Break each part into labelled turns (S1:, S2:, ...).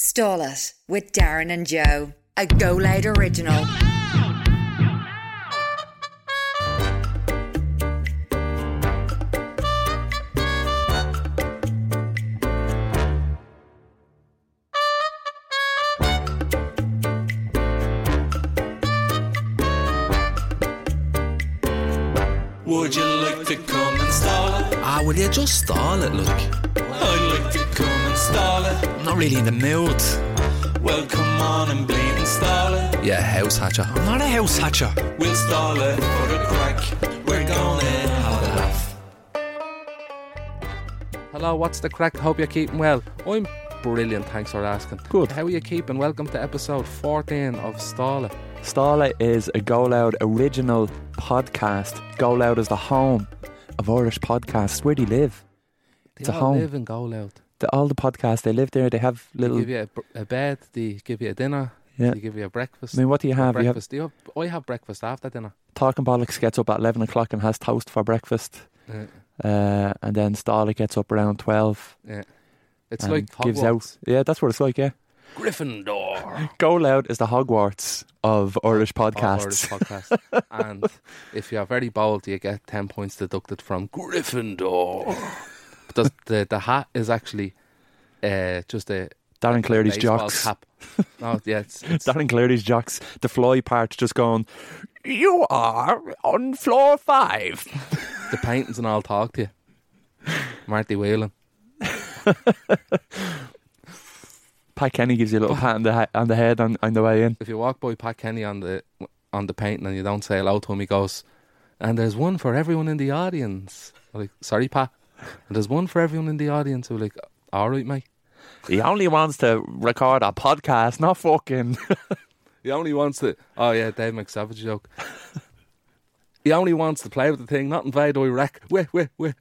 S1: Stall It with Darren and Joe, a Go Loud original.
S2: Would you like to come and stall it?
S3: Ah, will you just stall it, look?
S2: I'd like to come and stall it.
S3: I'm not really in the mood.
S2: Well, come on and bleed and stall it.
S3: Yeah, house hatcher. I'm not a house hatcher.
S2: We'll stall it for the crack. We're gonna have a laugh.
S4: Hello, what's the crack? Hope you're keeping well. I'm brilliant, thanks for asking.
S5: Good.
S4: How are you keeping? Welcome to episode 14 of Stala.
S5: Starlight is a Go Loud original podcast. Go Loud is the home of Irish podcasts. Where do you live?
S4: They
S5: It's a
S4: all
S5: home.
S4: live and go loud.
S5: The, all the podcasts, they live there. They have
S4: They
S5: little.
S4: give you a, br- a bed, they give you a dinner,
S5: yeah.
S4: they give you a breakfast.
S5: I mean, what do you have? You have
S4: breakfast. Do you have, I have breakfast after dinner.
S5: Talking Bollocks gets up at 11 o'clock and has toast for breakfast.
S4: Yeah.
S5: Uh, and then Starlight gets up around 12.
S4: It's
S5: and
S4: like
S5: gives
S4: Hogwarts.
S5: out. Yeah, that's what it's like, yeah.
S4: Gryffindor.
S5: Go Loud is the Hogwarts of Irish
S4: Or this
S5: podcasts.
S4: podcast. and if you're very bold, you get 10 points deducted from Gryffindor. But the, the, the hat is actually uh, just a
S5: Darren Cleary's
S4: baseball
S5: jocks.
S4: cap. No, yeah, it's, it's
S5: Darren Cleary's jocks. The fly part just going, You are on floor five.
S4: the paintings and I'll talk to you. Marty Whelan.
S5: Pat Kenny gives you a little pat on the he- on the head on, on the way in.
S4: If you walk by Pat Kenny on the on the painting and you don't say hello to him, he goes, "And there's one for everyone in the audience." I'm like, sorry, Pat. And there's one for everyone in the audience. Who like, all right, mate.
S5: He only wants to record a podcast, not fucking.
S4: He only wants to. Oh yeah, Dave McSavage joke. he only wants to play with the thing, not invade or wreck. Weh, weh, weh.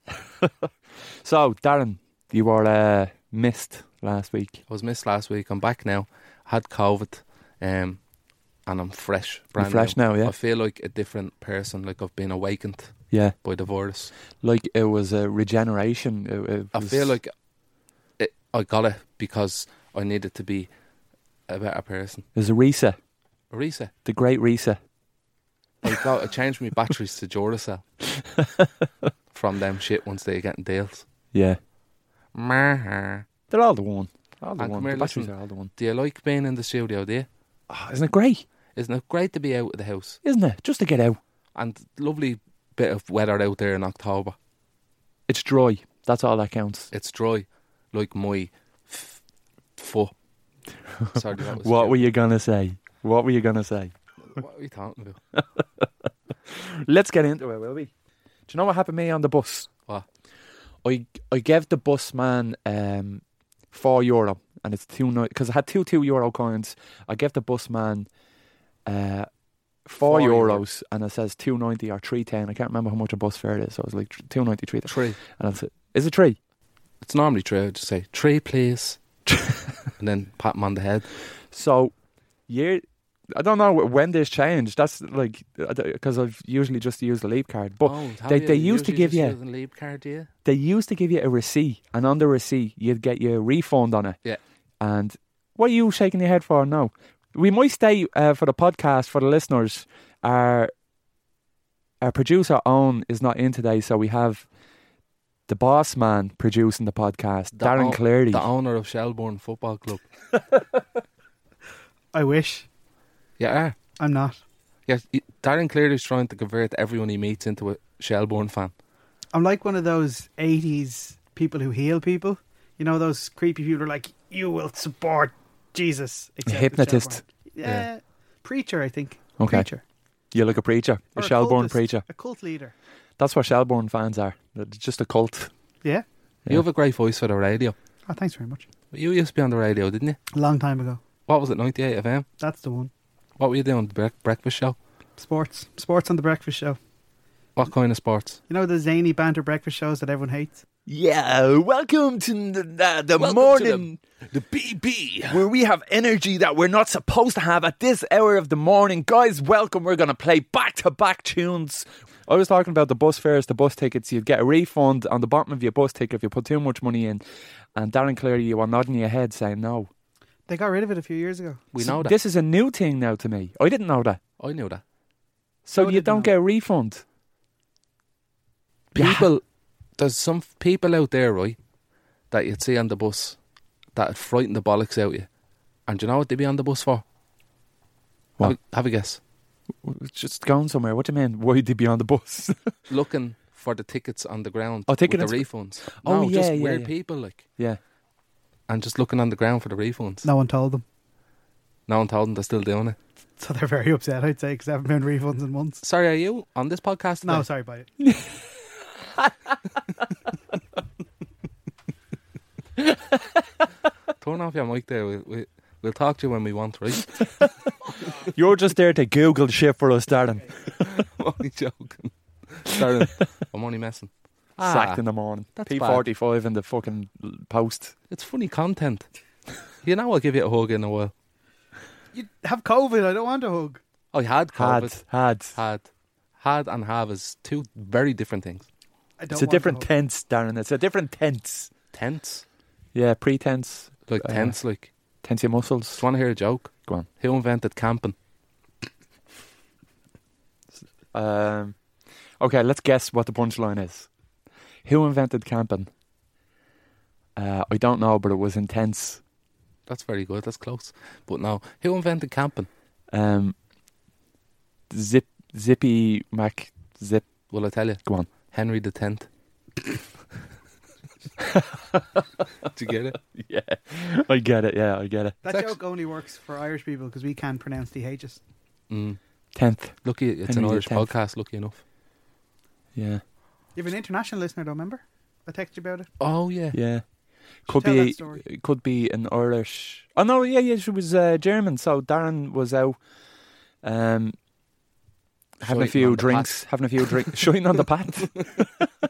S5: So, Darren, you were uh, missed last week.
S4: I was missed last week. I'm back now. Had COVID, um, and I'm fresh,
S5: You're
S4: brand
S5: fresh
S4: new.
S5: now, yeah,
S4: I feel like a different person. Like I've been awakened
S5: yeah.
S4: by the virus.
S5: Like it was a regeneration. It, it
S4: I
S5: was-
S4: feel like it, I got it because I needed to be a better person.
S5: it was a reset,
S4: A reset.
S5: the great reset.
S4: I got I changed my batteries to Duracell from them shit once they get in deals.
S5: Yeah,
S4: Meh.
S5: they're all the one. All the
S4: And
S5: one.
S4: come here,
S5: the batteries
S4: listen.
S5: are all the one.
S4: Do you like being in the studio? Do you?
S5: Oh, isn't it great?
S4: Isn't it great to be out of the house
S5: Isn't it just to get out?
S4: and lovely bit of weather out there in October?
S5: It's dry. That's all that counts.
S4: It's dry, like my f- foot. Sorry, that was
S5: What were you gonna say? What were you gonna say?
S4: what were you talking about?
S5: Let's get into it, will we? Do you know what happened to me on the bus?
S4: What?
S5: I I gave the bus man um, four euro, and it's two because I had two two euro coins. I gave the bus man uh, four,
S4: Four euro.
S5: euros, and it says two ninety or three ten. I can't remember how much a bus fare it is. So it was like two ninety three.
S4: Tree.
S5: And I said, "Is it three?
S4: It's normally true. I'd just say tree, please, and then pat him on the head.
S5: So, year, I don't know when this changed. That's like because I've usually just used the leap card, but
S4: oh, have
S5: they-
S4: you?
S5: they
S4: You
S5: used to
S4: usually
S5: give
S4: just
S5: you-
S4: use a leave card, do you?
S5: they used to give you a receipt, and on the receipt you'd get your refund on it.
S4: Yeah.
S5: And what are you shaking your head for now? We might stay uh, for the podcast for the listeners. Our our producer own is not in today, so we have the boss man producing the podcast,
S4: The
S5: Darren
S4: own-
S5: Cleary.
S4: The owner of Shelbourne Football Club.
S6: I wish.
S4: Yeah,
S6: I'm not.
S4: yeah. he- Darren Cleary's trying to convert everyone he meets into a Shelbourne fan.
S6: I'm like one of those 80s people who heal people. You know, those creepy people who are like, you will support Jesus. except it's
S5: hypnotist.
S6: Shelbourne." Yeah. Preacher, I think.
S5: Okay.
S6: Preacher.
S5: You're like a preacher, a
S6: Or
S5: Shelbourne
S6: cultist,
S5: preacher.
S6: A cult leader.
S5: That's what Shelbourne fans are. They're just a cult.
S6: Yeah.
S5: Yeah.
S4: You have a great voice for the radio.
S6: Oh, thanks very much.
S4: You used to be on the radio, didn't you?
S6: A long time ago.
S4: What was it, 98 FM?
S6: That's the one.
S4: What were you doing on the brec- breakfast show?
S6: Sports. Sports on the breakfast show.
S4: What kind of sports?
S6: You know the zany banter breakfast shows that everyone hates?
S5: Yeah, welcome to the, uh, the
S4: Welcome to the- The BB.
S5: where we have energy that we're not supposed to have at this hour of the morning. Guys, welcome. We're going to play back to back tunes. I was talking about the bus fares, the bus tickets. You'd get a refund on the bottom of your bus ticket if you put too much money in. And Darren Cleary, you were nodding your head saying no.
S6: They got rid of it a few years ago.
S4: We
S5: So
S4: know that.
S5: This is a new thing now to me. I didn't know that.
S4: I knew that.
S5: So
S6: I
S5: you
S6: didn't
S5: don't
S6: know.
S5: get a refund. You ha-
S4: People, there's some f- people out there, right, that you'd see on the bus that'd frighten the bollocks out of you. And do you know what they'd be on the bus for? Have
S5: What?
S4: a, have a guess.
S5: just going somewhere. What do you mean? Why'd they be on the bus?
S4: Looking for the tickets on the ground.
S5: Oh, ticket
S4: with the
S5: ins-
S4: refunds.
S5: Oh,
S4: no,
S5: yeah,
S4: just
S5: yeah,
S4: weird
S5: yeah.
S4: people like,
S5: yeah.
S4: and just looking on the ground for the refunds.
S6: No one told them,
S4: No one told them they're still doing it.
S6: so they're very upset. I'd say because they haven't been refunds in months.
S4: Sorry, are you on this podcast?
S6: No,
S4: today?
S6: sorry about it.
S4: Turn off your mic there. We, we, we'll talk to you when we want, right?
S5: You're just there to Google shit for us, darling.
S4: I'm only joking. Sorry, I'm only messing. Ah,
S5: Sacked in the morning.
S4: that's
S5: P45 in the fucking l- post.
S4: It's funny content. You know, I'll give you a hug in a while.
S6: You have COVID. I don't want a hug.
S4: I had
S5: Had,
S4: COVID.
S5: had.
S4: Had. Had and have is two very different things.
S6: I don't.
S5: It's a
S6: want
S5: different
S6: hug.
S5: tense, darling. It's a different tense.
S4: Tense.
S5: Yeah, pretense.
S4: Like,
S5: Uh,
S4: tense. Like,
S5: Tense your muscles.
S4: just want to hear a joke.
S5: Go on.
S4: Who invented camping?
S5: Um, okay, let's guess what the punchline is. Who invented camping? Uh, I don't know, but it was intense.
S4: That's very good. That's close. But no, who invented camping?
S5: Um, zip, zippy Mac, zip.
S4: Well, I tell you.
S5: Go on.
S4: Henry the Tenth. Did you get it?
S5: Yeah, I get it. Yeah, I get it.
S6: That
S4: It's
S6: joke only works for Irish people because we can't pronounce the H's.
S4: Mm.
S5: Tenth.
S4: Lucky it's
S5: Henry
S4: an
S5: the
S4: Irish
S5: Tenth.
S4: podcast. Lucky enough.
S5: Yeah,
S6: You have an international listener, though, remember? I texted you about it.
S4: Oh yeah.
S5: yeah. Could
S6: tell
S5: be,
S6: that story.
S5: it could be an Irish. Oh no, yeah, yeah. She was uh, German, so Darren was out, um, having
S4: Shite
S5: a few
S4: on the
S5: drinks, having a few drinks, shooting on the path.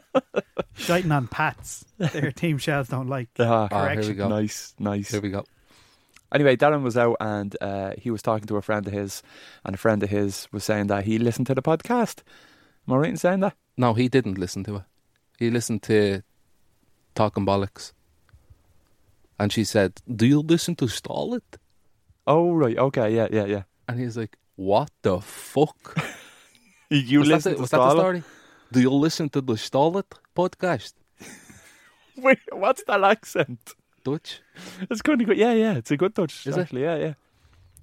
S6: Shiting on Pats. Their team shells don't like.
S5: Ah,
S4: Ah, here we
S6: Correction.
S4: go.
S5: nice, nice.
S4: Here we go.
S5: Anyway, Darren was out and uh, he was talking to a friend of his, and a friend of his was saying that he listened to the podcast. Am I right in saying that?
S4: No, he didn't listen to it. He listened to Talking Bollocks. And she said, Do you listen to Stalin?
S5: Oh, right. Okay. Yeah, yeah, yeah.
S4: And he's like, What the fuck?
S5: You
S4: was that, the, was that the story? Do you listen to the Stalin podcast?
S5: Wait, what's that accent?
S4: Dutch.
S5: It's kind of good. Yeah, yeah. It's a good touch,
S4: Is it?
S5: actually. Yeah, yeah. I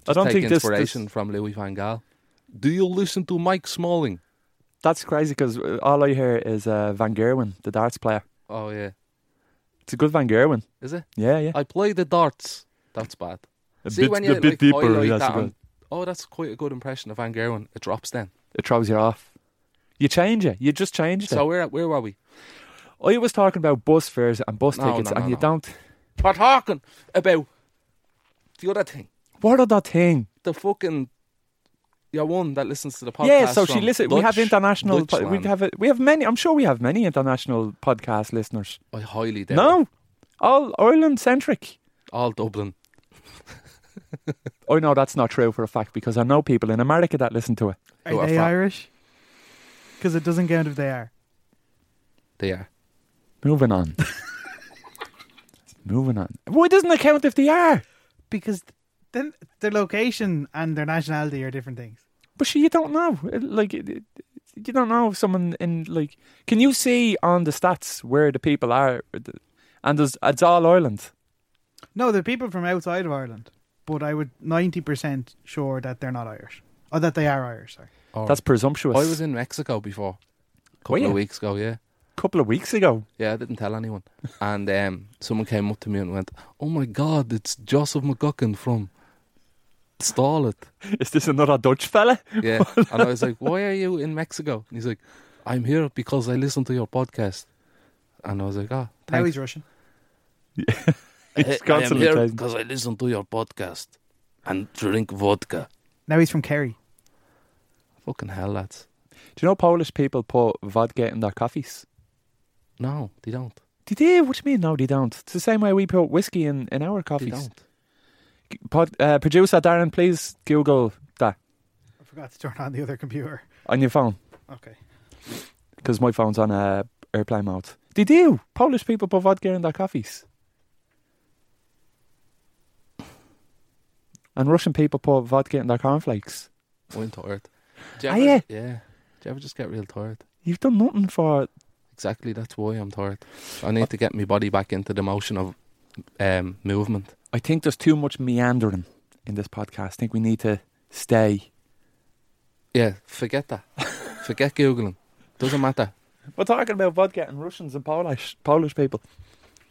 S4: Just
S5: don't
S4: take
S5: think this,
S4: inspiration
S5: this-
S4: from Louis Van Gaal. Do you listen to Mike Smalling?
S5: That's crazy because all I hear is uh, Van Gerwen, the darts player.
S4: Oh, yeah.
S5: It's a good Van Gerwen.
S4: Is it?
S5: Yeah, yeah.
S4: I play the darts. That's bad.
S5: A
S4: See,
S5: bit,
S4: when you
S5: a bit
S4: like,
S5: deeper.
S4: highlight
S5: That's
S4: that
S5: good.
S4: on- oh, that's quite a good impression of Van Gerwen. It drops then.
S5: It throws you off. You change it. You just change it.
S4: So where where were we?
S5: I was talking about bus fares and bus
S4: No, no,
S5: tickets,
S4: no,
S5: and you
S4: no.
S5: don't.
S4: We're talking about the other thing.
S5: What other thing?
S4: the fucking your one that listens to the podcast.
S5: yeah, so she
S4: from
S5: listen. we have
S4: Dutch-
S5: international. po- we
S4: Dutchland.
S5: have a, we have many. I'm sure we have many international podcast listeners.
S4: I highly doubt. it.
S5: No, all Ireland centric.
S4: all Dublin.
S5: Oh no, that's not true for a fact because I know people in America that listen to it.
S6: Are
S4: Who are
S6: they
S4: fat.
S6: Irish? Because it doesn't count if they are.
S4: They are.
S5: Moving on. Moving on. Why doesn't it count if they are?
S6: Because th- then their location and their nationality are different things.
S5: But she, you don't know. It- Like it- it- you don't know if someone in like. Can you see on the stats where the people are? And there's, it's all Ireland.
S6: No, they're people from outside of Ireland. But I would 90% sure that they're not Irish. Or that they are Irish, sorry.
S4: Or-
S5: That's presumptuous.
S4: I was in Mexico before, a couple
S5: Were you?
S4: of weeks ago. Yeah,
S5: a couple of weeks ago.
S4: yeah. I didn't tell anyone, and um, someone came up to me and went, "Oh my God, it's Joseph McGuckin from." Stall it.
S5: Is this another Dutch fella?
S4: Yeah. And I was like, Why are you in Mexico? And he's like, I'm here because I listen to your podcast. And I was like, Ah,
S6: Now
S4: thanks.
S6: he's Russian.
S5: It's
S4: I, I am
S5: constantly
S4: here
S5: changing.
S4: because I listen to your podcast and drink vodka.
S6: Now he's from Kerry.
S4: Fucking hell, lads.
S5: Do you know Polish people put vodka in their coffees?
S4: No, they don't.
S5: Did they? What do you mean? No, they don't. It's the same way we put whiskey in, in our
S4: They
S5: coffees.
S4: don't.
S5: Pod, uh, producer Darren, please Google that
S6: I forgot to turn on the other computer.
S5: on your phone
S6: Okay.
S5: because my phone's on uh, airplane mode. They do. Polish people put vodka in their coffees. and Russian people put vodka in their cornflakes.
S4: I'm tired. Do
S5: Are ya?
S4: Yeah. Do you ever just get real tired?
S5: You've done nothing for
S4: Exactly. That's why I'm tired. I need to get my body back into the motion of um, movement.
S5: I think there's too much meandering in this podcast. I think we need to stay.
S4: Yeah. Forget that. forget googling. Doesn't matter.
S5: We're talking about vodka and Russians and Polish Polish people.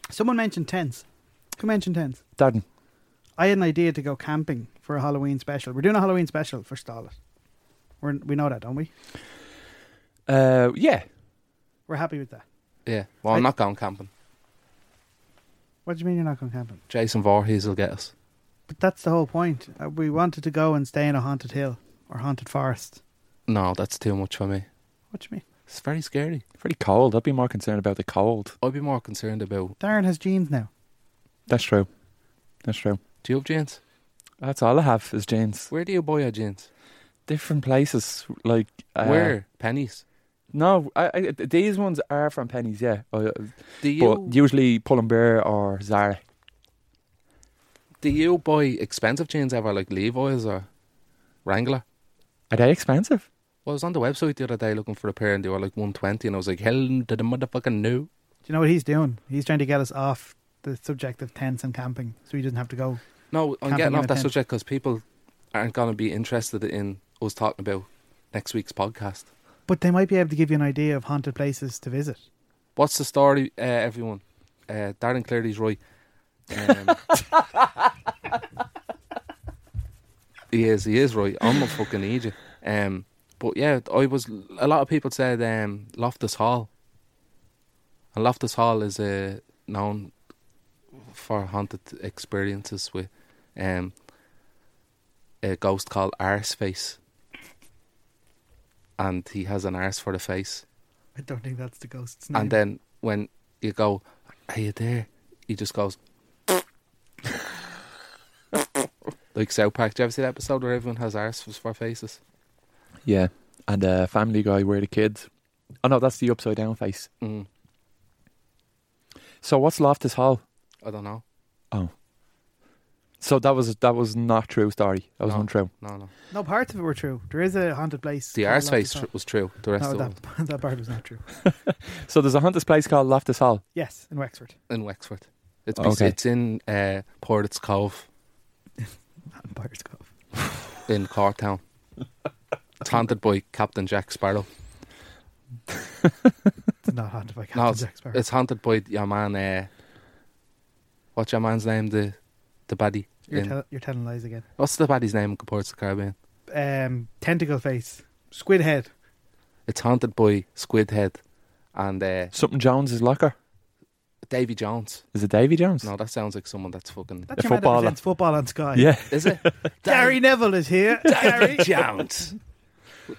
S6: Someone mentioned tents. Who mentioned tents?
S5: Darden,
S6: I had an idea to go camping for a Halloween special. We're doing a Halloween special for Stallet. We're, we know that, don't we?
S5: uh, yeah,
S6: We're happy with that.
S4: Yeah. Well, I'm
S6: I-
S4: not going camping.
S6: What do you mean you're not going camping?
S4: Jason Voorhees will get us.
S6: But that's the whole point. Uh, We wanted to go and stay in a haunted hill or haunted forest.
S4: No, that's too much for me.
S6: What do you mean?
S4: It's very scary.
S5: pretty cold. I'd be more concerned about the cold.
S4: I'd be more concerned about.
S6: Darren has jeans now.
S5: That's true. That's true.
S4: Do you have jeans?
S5: That's all I have is jeans.
S4: Where do you buy your jeans?
S5: Different places like uh,
S4: Where? Pennies.
S5: No, I, I, these ones are from pennies. Yeah, uh,
S4: Do you
S5: but usually Pull&Bear or Zara.
S4: do you buy expensive jeans ever, like Levi's or Wrangler?
S5: Are they expensive?
S4: Well, I was on the website the other day looking for a pair, and they were like one twenty, and I was like, "Hell, did the motherfucking know?"
S6: Do you know what he's doing? He's trying to get us off the subject of tents and camping so he doesn't have to go.
S4: No, I'm
S6: Camping
S4: getting
S6: in a
S4: off that
S6: tent.
S4: subject because people aren't going to be interested in us talking about next week's podcast.
S6: But they might be able to give you an idea of haunted places to visit.
S4: What's the story, uh, everyone? Uh, Darren Cleary's right. Um, he is, he is right. I'm a fucking idiot. Um, but yeah, I was. A lot of people said um, Loftus Hall, and Loftus Hall is uh, known for haunted experiences with um, a ghost called Arseface, and he has an arse for the face.
S6: I don't think that's the ghost's name.
S4: And then when you go, Are you there? He just goes Like South Park. Do you ever see that episode where everyone has arse for- for faces?
S5: Yeah, and uh, Family Guy, Where the Kids. Oh no, that's the upside down face.
S4: Mm,
S5: So what's Loftus Hall?
S4: I don't know.
S5: So that was that was not true story. That was
S4: No.
S5: untrue.
S4: No, no.
S6: no, parts of it were true. There is a haunted place.
S4: The
S6: called
S4: arse face
S6: Loftus
S4: tr- was true. The rest
S6: Hall. No,
S4: of it
S6: that, that part was not true.
S5: So there's a haunted place called Loftus Hall.
S6: Yes, in Wexford.
S4: was in Wexford. It's
S5: Okay.
S4: it's in uh, Portits Cove
S6: Not in Pirates Cove.
S4: in Cork Town. It's haunted by Captain Jack Sparrow.
S6: It's not haunted by Captain
S4: No,
S6: Jack Sparrow.
S4: It's haunted by your man. Uh, what's your man's name? The the baddie.
S6: You're,
S4: in-
S6: tell- you're telling lies again.
S4: what's the baddie's name in Portits Caribbean?
S6: Um, tentacle face. Squid head.
S4: It's haunted by Squidhead and uh,
S5: Something Jones' locker.
S4: Davy Jones.
S5: Is it Davy Jones?
S4: No, that sounds like someone that's fucking.
S6: That's
S5: A
S6: your man that
S5: footballer.
S6: presents football on Sky.
S5: Yeah.
S4: Is it?
S6: Gary Neville is here. Gary.
S4: Jones.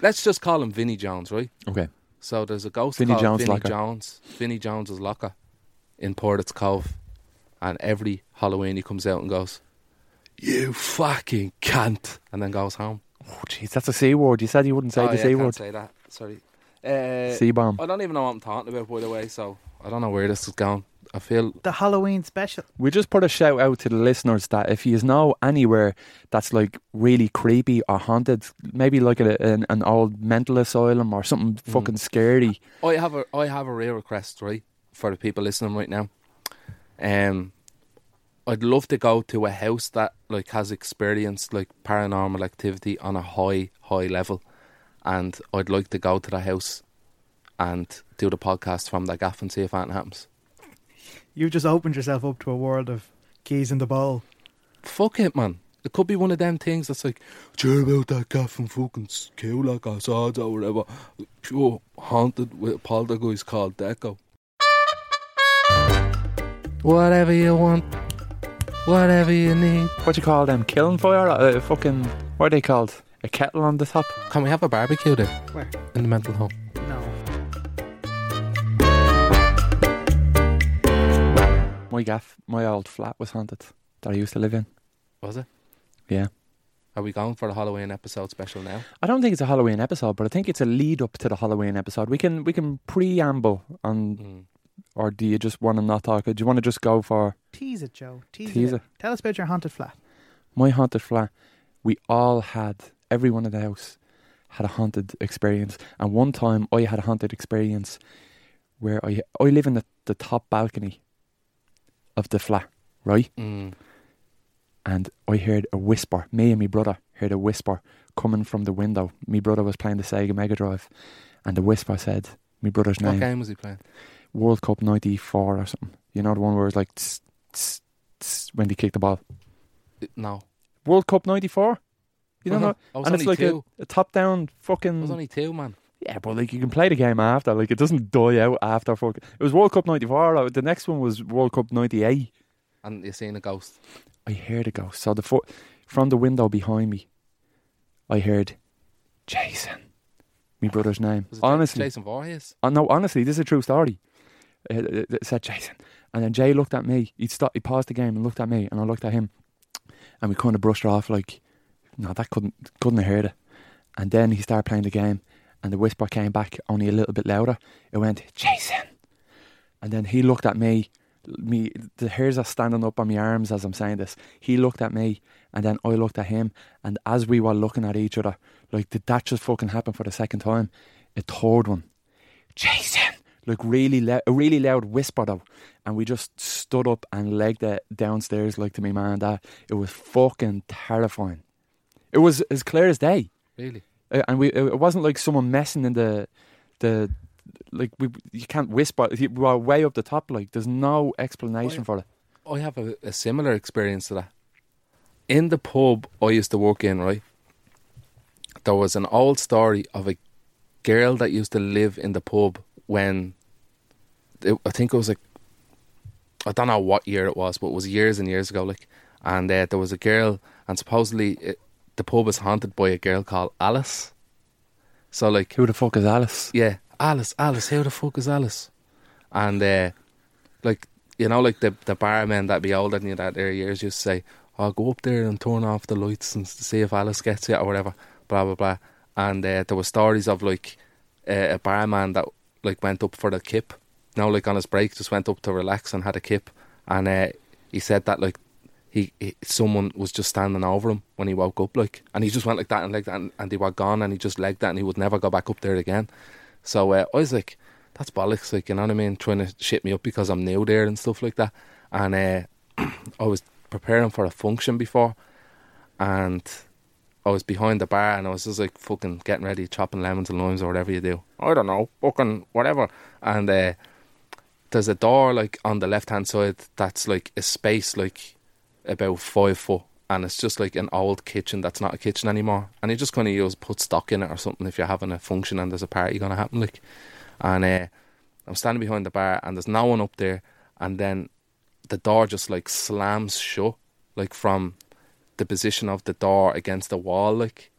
S4: Let's just call him Vinny Jones, right?
S5: Okay.
S4: So there's a ghost
S5: Vinny
S4: called
S5: Jones
S4: Vinny
S5: locker.
S4: Jones. Vinny Jones's locker in Portits Cove, and every Halloween he comes out and goes, "You fucking cunt," and then goes home.
S5: Oh, jeez, that's a C word. You said you wouldn't say
S4: Oh,
S5: the
S4: yeah,
S5: C
S4: I can't
S5: word.
S4: say that. Sorry. Uh,
S5: C bomb.
S4: I don't even know what I'm talking about, by the way. So I don't know where this is going. I feel
S6: The Halloween special.
S5: We just put a shout out to the listeners that if you know anywhere that's like really creepy or haunted, maybe like a, an, an old mental asylum or something fucking scary.
S4: I have a I have a real request, right, for the people listening right now. Um, I'd love to go to a house that like has experienced like paranormal activity on a high high level, and I'd like to go to the house and do the podcast from the gaff and see if anything happens.
S6: You've just opened yourself up to a world of keys in the bowl.
S4: Fuck it, man. It could be one of them things that's like, sure about that gaff and fucking kill like I saw it or whatever. Pure haunted with a poltergeist called Deco. Whatever you want, whatever you need.
S5: What you call them? Killing fire? Uh, fucking, what are they called? A kettle on the top?
S4: Can we have a barbecue there
S6: Where?
S4: in the mental home?
S6: No.
S5: My gaff, my old flat was haunted that I used to live in.
S4: Was it?
S5: Yeah.
S4: Are we going for the Halloween episode special now?
S5: I don't think it's a Halloween episode, but I think it's a lead up to the Halloween episode. We can we can preamble on,
S4: Mm.
S5: or do you just want to not talk? Do you want to just go for
S6: Tease it, Joe. Tease,
S5: Tease
S6: it.
S5: it.
S6: Tell us about your haunted flat.
S5: my haunted flat, we all had, everyone in the house had a haunted experience. And one time I had a haunted experience where I, I live in the, the top balcony of the flat, right?
S4: Mm.
S5: and I heard a whisper. Me and my brother heard a whisper coming from the window. My brother was playing the Sega Mega Drive, and the whisper said my brother's
S4: What
S5: name.
S4: game was he playing?
S5: World Cup '94 or something. You know the one where it's like tss, tss, tss, when they kicked the ball.
S4: No.
S5: World Cup '94. You don't know,
S4: I was
S5: and
S4: only
S5: it's like a,
S4: two.
S5: a top-down
S4: I was
S5: fucking
S4: only two, man.
S5: yeah, but like you can play the game after. Like it doesn't die out after. Fuck, it was World Cup '94. like, The next one was World Cup '98.
S4: And you're seeing a ghost.
S5: I heard a ghost. So the fo- from the window behind me, I heard Jason, my brother's name.
S4: Was it Ja-
S5: Honestly,
S4: Jason Voorhees?
S5: Oh, no, honestly, this is a true story. Uh, It, it said Jason, and then Jay looked at me. He stopped. He paused the game and looked at me, and I looked at him, and we kind of brushed it off like, no, that couldn't couldn't have heard it. And then he started playing the game, and the whisper came back only a little bit louder. It went Jason, and then he looked at me. Me, the hairs are standing up on my arms as I'm saying this. He looked at me, and then I looked at him, and as we were looking at each other, like did that just fucking happen for the second time? A third one. Jason, like really loud, a really loud whisper though, and we just stood up and legged it downstairs like to me man and dad. It was fucking terrifying. It was as clear as day,
S4: Really?
S5: Uh, and we it wasn't like someone messing in the the like we you can't whisper. You are way up the top, like there's no explanation for it.
S4: I have a, a similar experience to that. In the pub I used to work in, right? There was an old story of a girl that used to live in the pub when it, I think it was like I don't know what year it was, but it was years and years ago. Like, and uh, there was a girl, and supposedly it, the pub was haunted by a girl called Alice. So like,
S5: Who the fuck is Alice?
S4: yeah, Alice, Alice, who the fuck is Alice? And uh, like you know, like the the barmen that be older than you that their years used to say, "I'll go up there and turn off the lights and s- see if Alice gets it or whatever." Blah blah blah. And uh, there were stories of like uh, a barman that like went up for the kip. You know, like on his break, just went up to relax and had a kip. And uh, he said that like he, he someone was just standing over him when he woke up, like, and he just went like that and like that, and, and they were gone, and he just legged that, and he would never go back up there again. So uh, I was like, that's bollocks, like, you know what I mean? Trying to shit me up because I'm new there and stuff like that. And uh, I was preparing for a function before, and I was behind the bar and I was just like fucking getting ready, chopping lemons and limes or whatever you do. I don't know, fucking whatever. And uh, there's a door like on the left hand side that's like a space like about five foot. And it's just like an old kitchen that's not a kitchen anymore. And you just kind of use put stock in it or something if you're having a function and there's a party going to happen. Like, and uh, I'm standing behind the bar, and there's no one up there. And then the door just like slams shut, like from the position of the door against the wall, like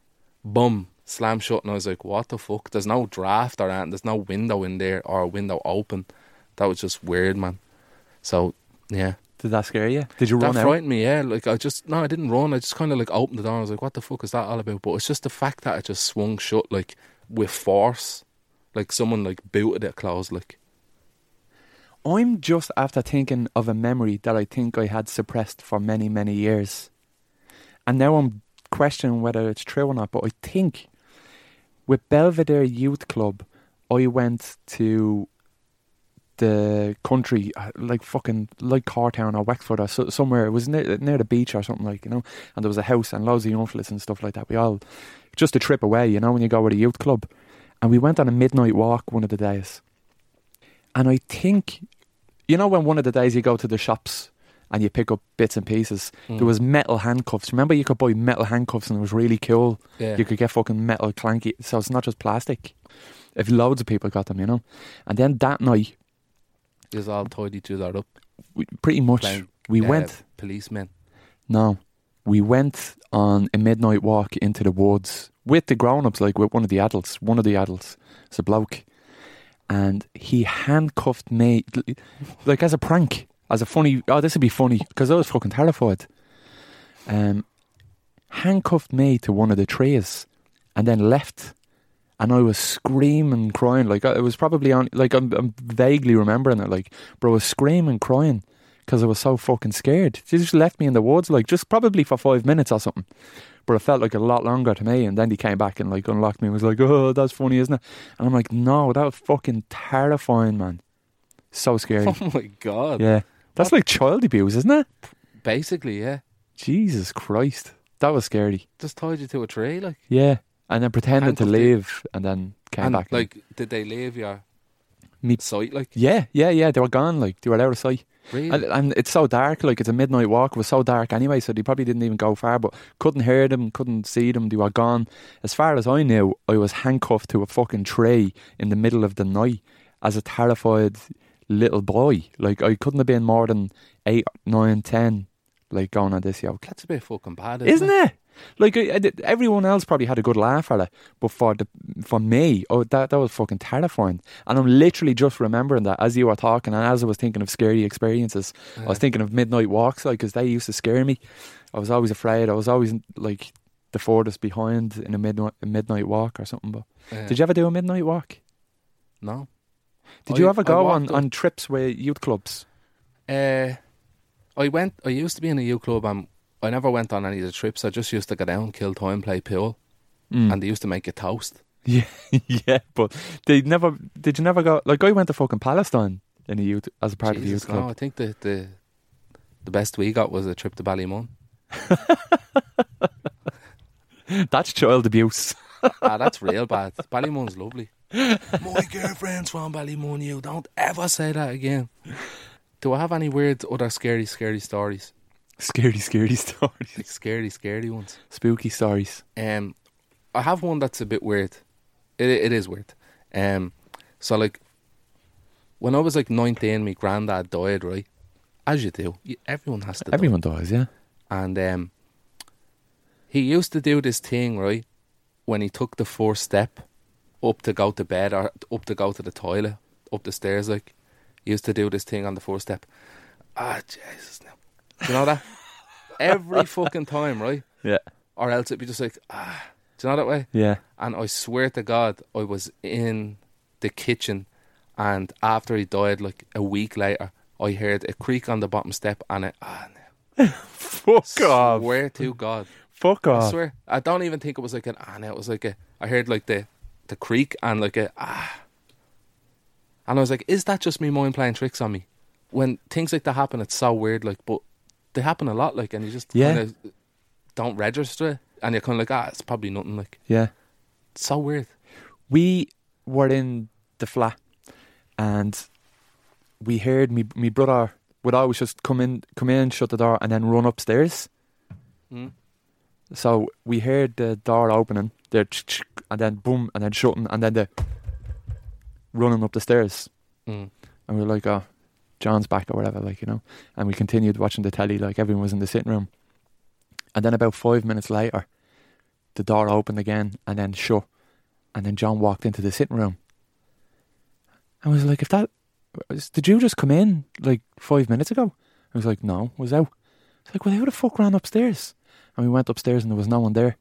S4: boom, slam shut. And I was like, what the fuck? There's no draft or anything. There's no window in there or a window open. That was just weird, man. So yeah,
S5: Did that scare you? Did you
S4: that
S5: run out?
S4: frightened me. Yeah, like I just no, I didn't run. I just kind of like opened the door. and I was like, "What the fuck is that all about?" But it's just the fact that it just swung shut like with force, like someone like booted it closed. Like
S5: I'm just after thinking of a memory that I think I had suppressed for many, many years. And now I'm questioning whether it's true or not, but I think with Belvedere Youth Club, I went to the country, uh, like fucking, like Cartown or Wexford or so, somewhere. It was near, near the beach or something like, you know, and there was a house and loads of young fellas and stuff like that. We all, just a trip away, you know, when you go with a youth club. And we went on a midnight walk one of the days. And I think, you know, when one of the days you go to the shops and you pick up bits and pieces,
S4: Hmm. Mm,
S5: there was metal handcuffs. Remember, you could buy metal handcuffs and it was really cool.
S4: yeah,
S5: You could get fucking metal clanky. So it's not just plastic. If loads of people got them, you know. And then that night,
S4: Just all tied each other up.
S5: we, pretty much,
S4: Playing,
S5: we
S4: uh,
S5: went.
S4: Policemen.
S5: No, we went on a midnight walk into the woods with the grown ups, like with one of the adults. One of the adults, it's a bloke. And he handcuffed me, l- like as a prank, as a funny, oh, this would be funny, because I was fucking terrified. Um, handcuffed me to one of the trees and then left. And I was screaming, crying. Like, I- it was probably on, like, I'm, I'm vaguely remembering it. Like, bro, I was screaming, crying because I was so fucking scared. She just left me in the woods, like just probably for five minutes or something. But it felt like a lot longer to me. And then he came back and like unlocked me and was like, oh, that's funny, isn't it? And I'm like, no, that was fucking terrifying, man. So scary.
S4: Oh my god.
S5: yeah. That's like child abuse, isn't it?
S4: Basically, yeah.
S5: Jesus Christ. That was scary.
S4: Just tied you to a tree, like.
S5: Yeah. And then pretended to
S4: Handcuffed you.
S5: leave and then came
S4: and
S5: back. and-
S4: like, did they leave your
S5: Me-
S4: sight? Like,
S5: yeah, yeah, yeah. They were gone. Like, they were out of sight.
S4: really?
S5: And, and it's so dark, like it's a midnight walk. It was so dark anyway, so they probably didn't even go far, but couldn't hear them, couldn't see them. They were gone. As far as I knew, I was handcuffed to a fucking tree in the middle of the night as a terrified little boy. Like, I couldn't have been more than eight, nine, ten, like going on this yoke.
S4: That's a bit fucking bad, isn't,
S5: Isn't it? Like I, I did- everyone else probably had a good laugh at it, but for the for me, oh that that was fucking terrifying. And I'm literally just remembering that as you were talking, and as I was thinking of scary experiences, I was thinking of midnight walks, like because they used to scare me. I was always afraid. I was always like the furthest behind in a midnight a midnight walk or something. But
S4: Yeah.
S5: did you ever do a midnight walk?
S4: No.
S5: Did
S4: I-
S5: you ever
S4: I
S5: go on,
S4: walked
S5: on trips with youth clubs?
S4: Uh, I went. I used to be in a U club. and I never went on any of the trips. I just used to go down, kill time, play pool,
S5: Mm.
S4: and they used to make a toast.
S5: Yeah, Mm. yeah, but they never. Did you never go? Like I went to fucking Palestine in a youth as a part of the
S4: Jesus,
S5: youth club.
S4: No, I think the, the the best we got was a trip to Ballymun.
S5: That's child abuse.
S4: ah, that's real bad. Ballymun's lovely. My girlfriend's from Ballymun. You don't ever say that again. Do I have any weird other scary, scary stories?
S5: Scary, scary stories.
S4: Like scary, scary ones.
S5: Spooky stories.
S4: Um, I have one that's a bit weird. It it is weird. Um, so like, when I was like nineteen, my granddad died. Right, as you do. You, everyone has to. die.
S5: Everyone dies, yeah.
S4: And um, he used to do this thing right when he took the first step up to go to bed or up to go to the toilet, up the stairs. Like, he used to do this thing on the first step. Ah, Jesus! Now, you know that every fucking time, right?
S5: Yeah.
S4: Or else it'd be just like ah. Do you know that way?
S5: Yeah.
S4: And I swear to God, I was in the kitchen, and after he died, like a week later, I heard a creak on the bottom step, and it. Ah, no.
S5: Fuck off.
S4: Swear to God,
S5: Fuck
S4: I
S5: off.
S4: swear. I don't even think it was like an ah. No, it was like a. I heard like the the creak and like a ah. And I was like, is that just me mind playing tricks on me? When things like that happen, it's so weird. Like, but they happen a lot. Like, and you just
S5: Yeah.
S4: kind of don't register it, and you're kind of like, ah, it's probably nothing. Like,
S5: Yeah.
S4: it's so weird.
S5: We were in the flat and we heard me me brother would always just come in come in, shut the door and then run upstairs.
S4: Mm.
S5: So we heard the door opening, the ch- ch- and then boom and then shutting and then the running up the stairs.
S4: Mm.
S5: and we were like, oh, John's back or whatever, like, you know. And we continued watching the telly, like, everyone was in the sitting room. And then about five minutes later, the door opened again and then shut. And then John walked into the sitting room. And was like, if that, did you just come in like five minutes ago? I was like, no, I was out. It's like, well, who the fuck ran upstairs? And we went upstairs and there was no one there.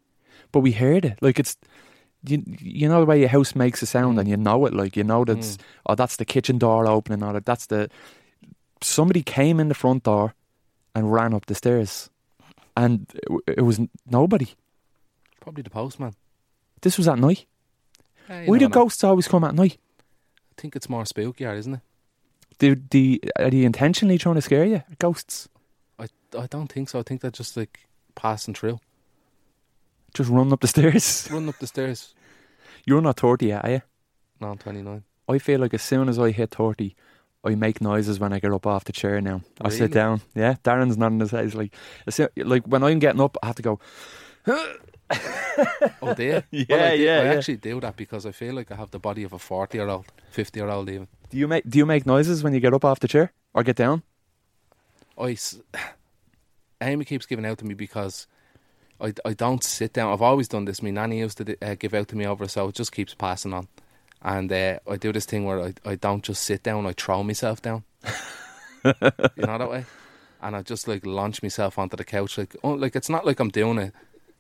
S5: But we heard it. Like, it's, you, you know the way your house makes a sound and you know it. Like, you know that's, oh, that's the kitchen door opening or that's the, somebody came in the front door and ran up the stairs. And it, w- it was n- nobody.
S4: Probably the postman.
S5: This was at night.
S4: Yeah, you
S5: Why do
S4: don't know.
S5: ghosts always come at night?
S4: I think it's more spookier, isn't it?
S5: Do, do, are they intentionally trying to scare you? Ghosts
S4: I, I don't think so. I think they're just like passing through,
S5: just run up the stairs.
S4: running up the stairs.
S5: You're not 30 yet, are you?
S4: No, I'm 29.
S5: I feel like as soon as I hit 30, I make noises when I get up off the chair now. I sit
S4: Really?
S5: down. Yeah, Darren's nodding his head. He's like, as soo- like when I'm getting up, I have to go,
S4: Oh, dear.
S5: Yeah,
S4: I do-
S5: yeah,
S4: I
S5: yeah.
S4: actually do that because I feel like I have the body of a 40 year old, 50 year old even.
S5: do you make, do you make noises when you get up off the chair or get down?
S4: I, s- Amy keeps giving out to me because I, I don't sit down. I've always done this. My nanny used to d- uh, give out to me over, so it just keeps passing on. And uh, I do this thing where I, I don't just sit down, I throw myself down. you know that way? And I just like launch myself onto the couch. Like, oh, like it's not like I'm doing it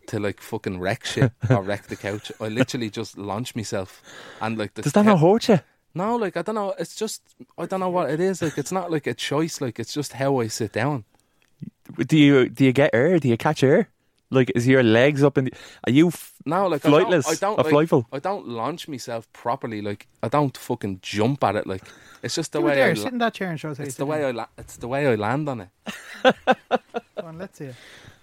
S4: to like fucking wreck shit or wreck the couch. I literally just launch myself. And like, the
S5: Does that
S4: cou-
S5: not hurt you?
S4: No, like I don't know. It's just I don't know what it is. Like it's not like a choice. Like it's just how I sit down.
S5: Do you do you get air? Do you catch air? Like is your legs up in the? Are you? F-
S4: No, like
S5: Flightless,
S4: I don't,
S5: a
S4: I don't
S5: flightful.
S4: like, I don't launch myself properly. Like I don't fucking jump at it. Like it's just the
S6: You were
S4: way
S6: there,
S4: I.
S6: sit
S4: La-
S6: in that chair and show us how you
S4: it's
S6: sit
S4: the way
S6: down.
S4: I. La- it's the way I land on it.
S6: Go on, let's see it.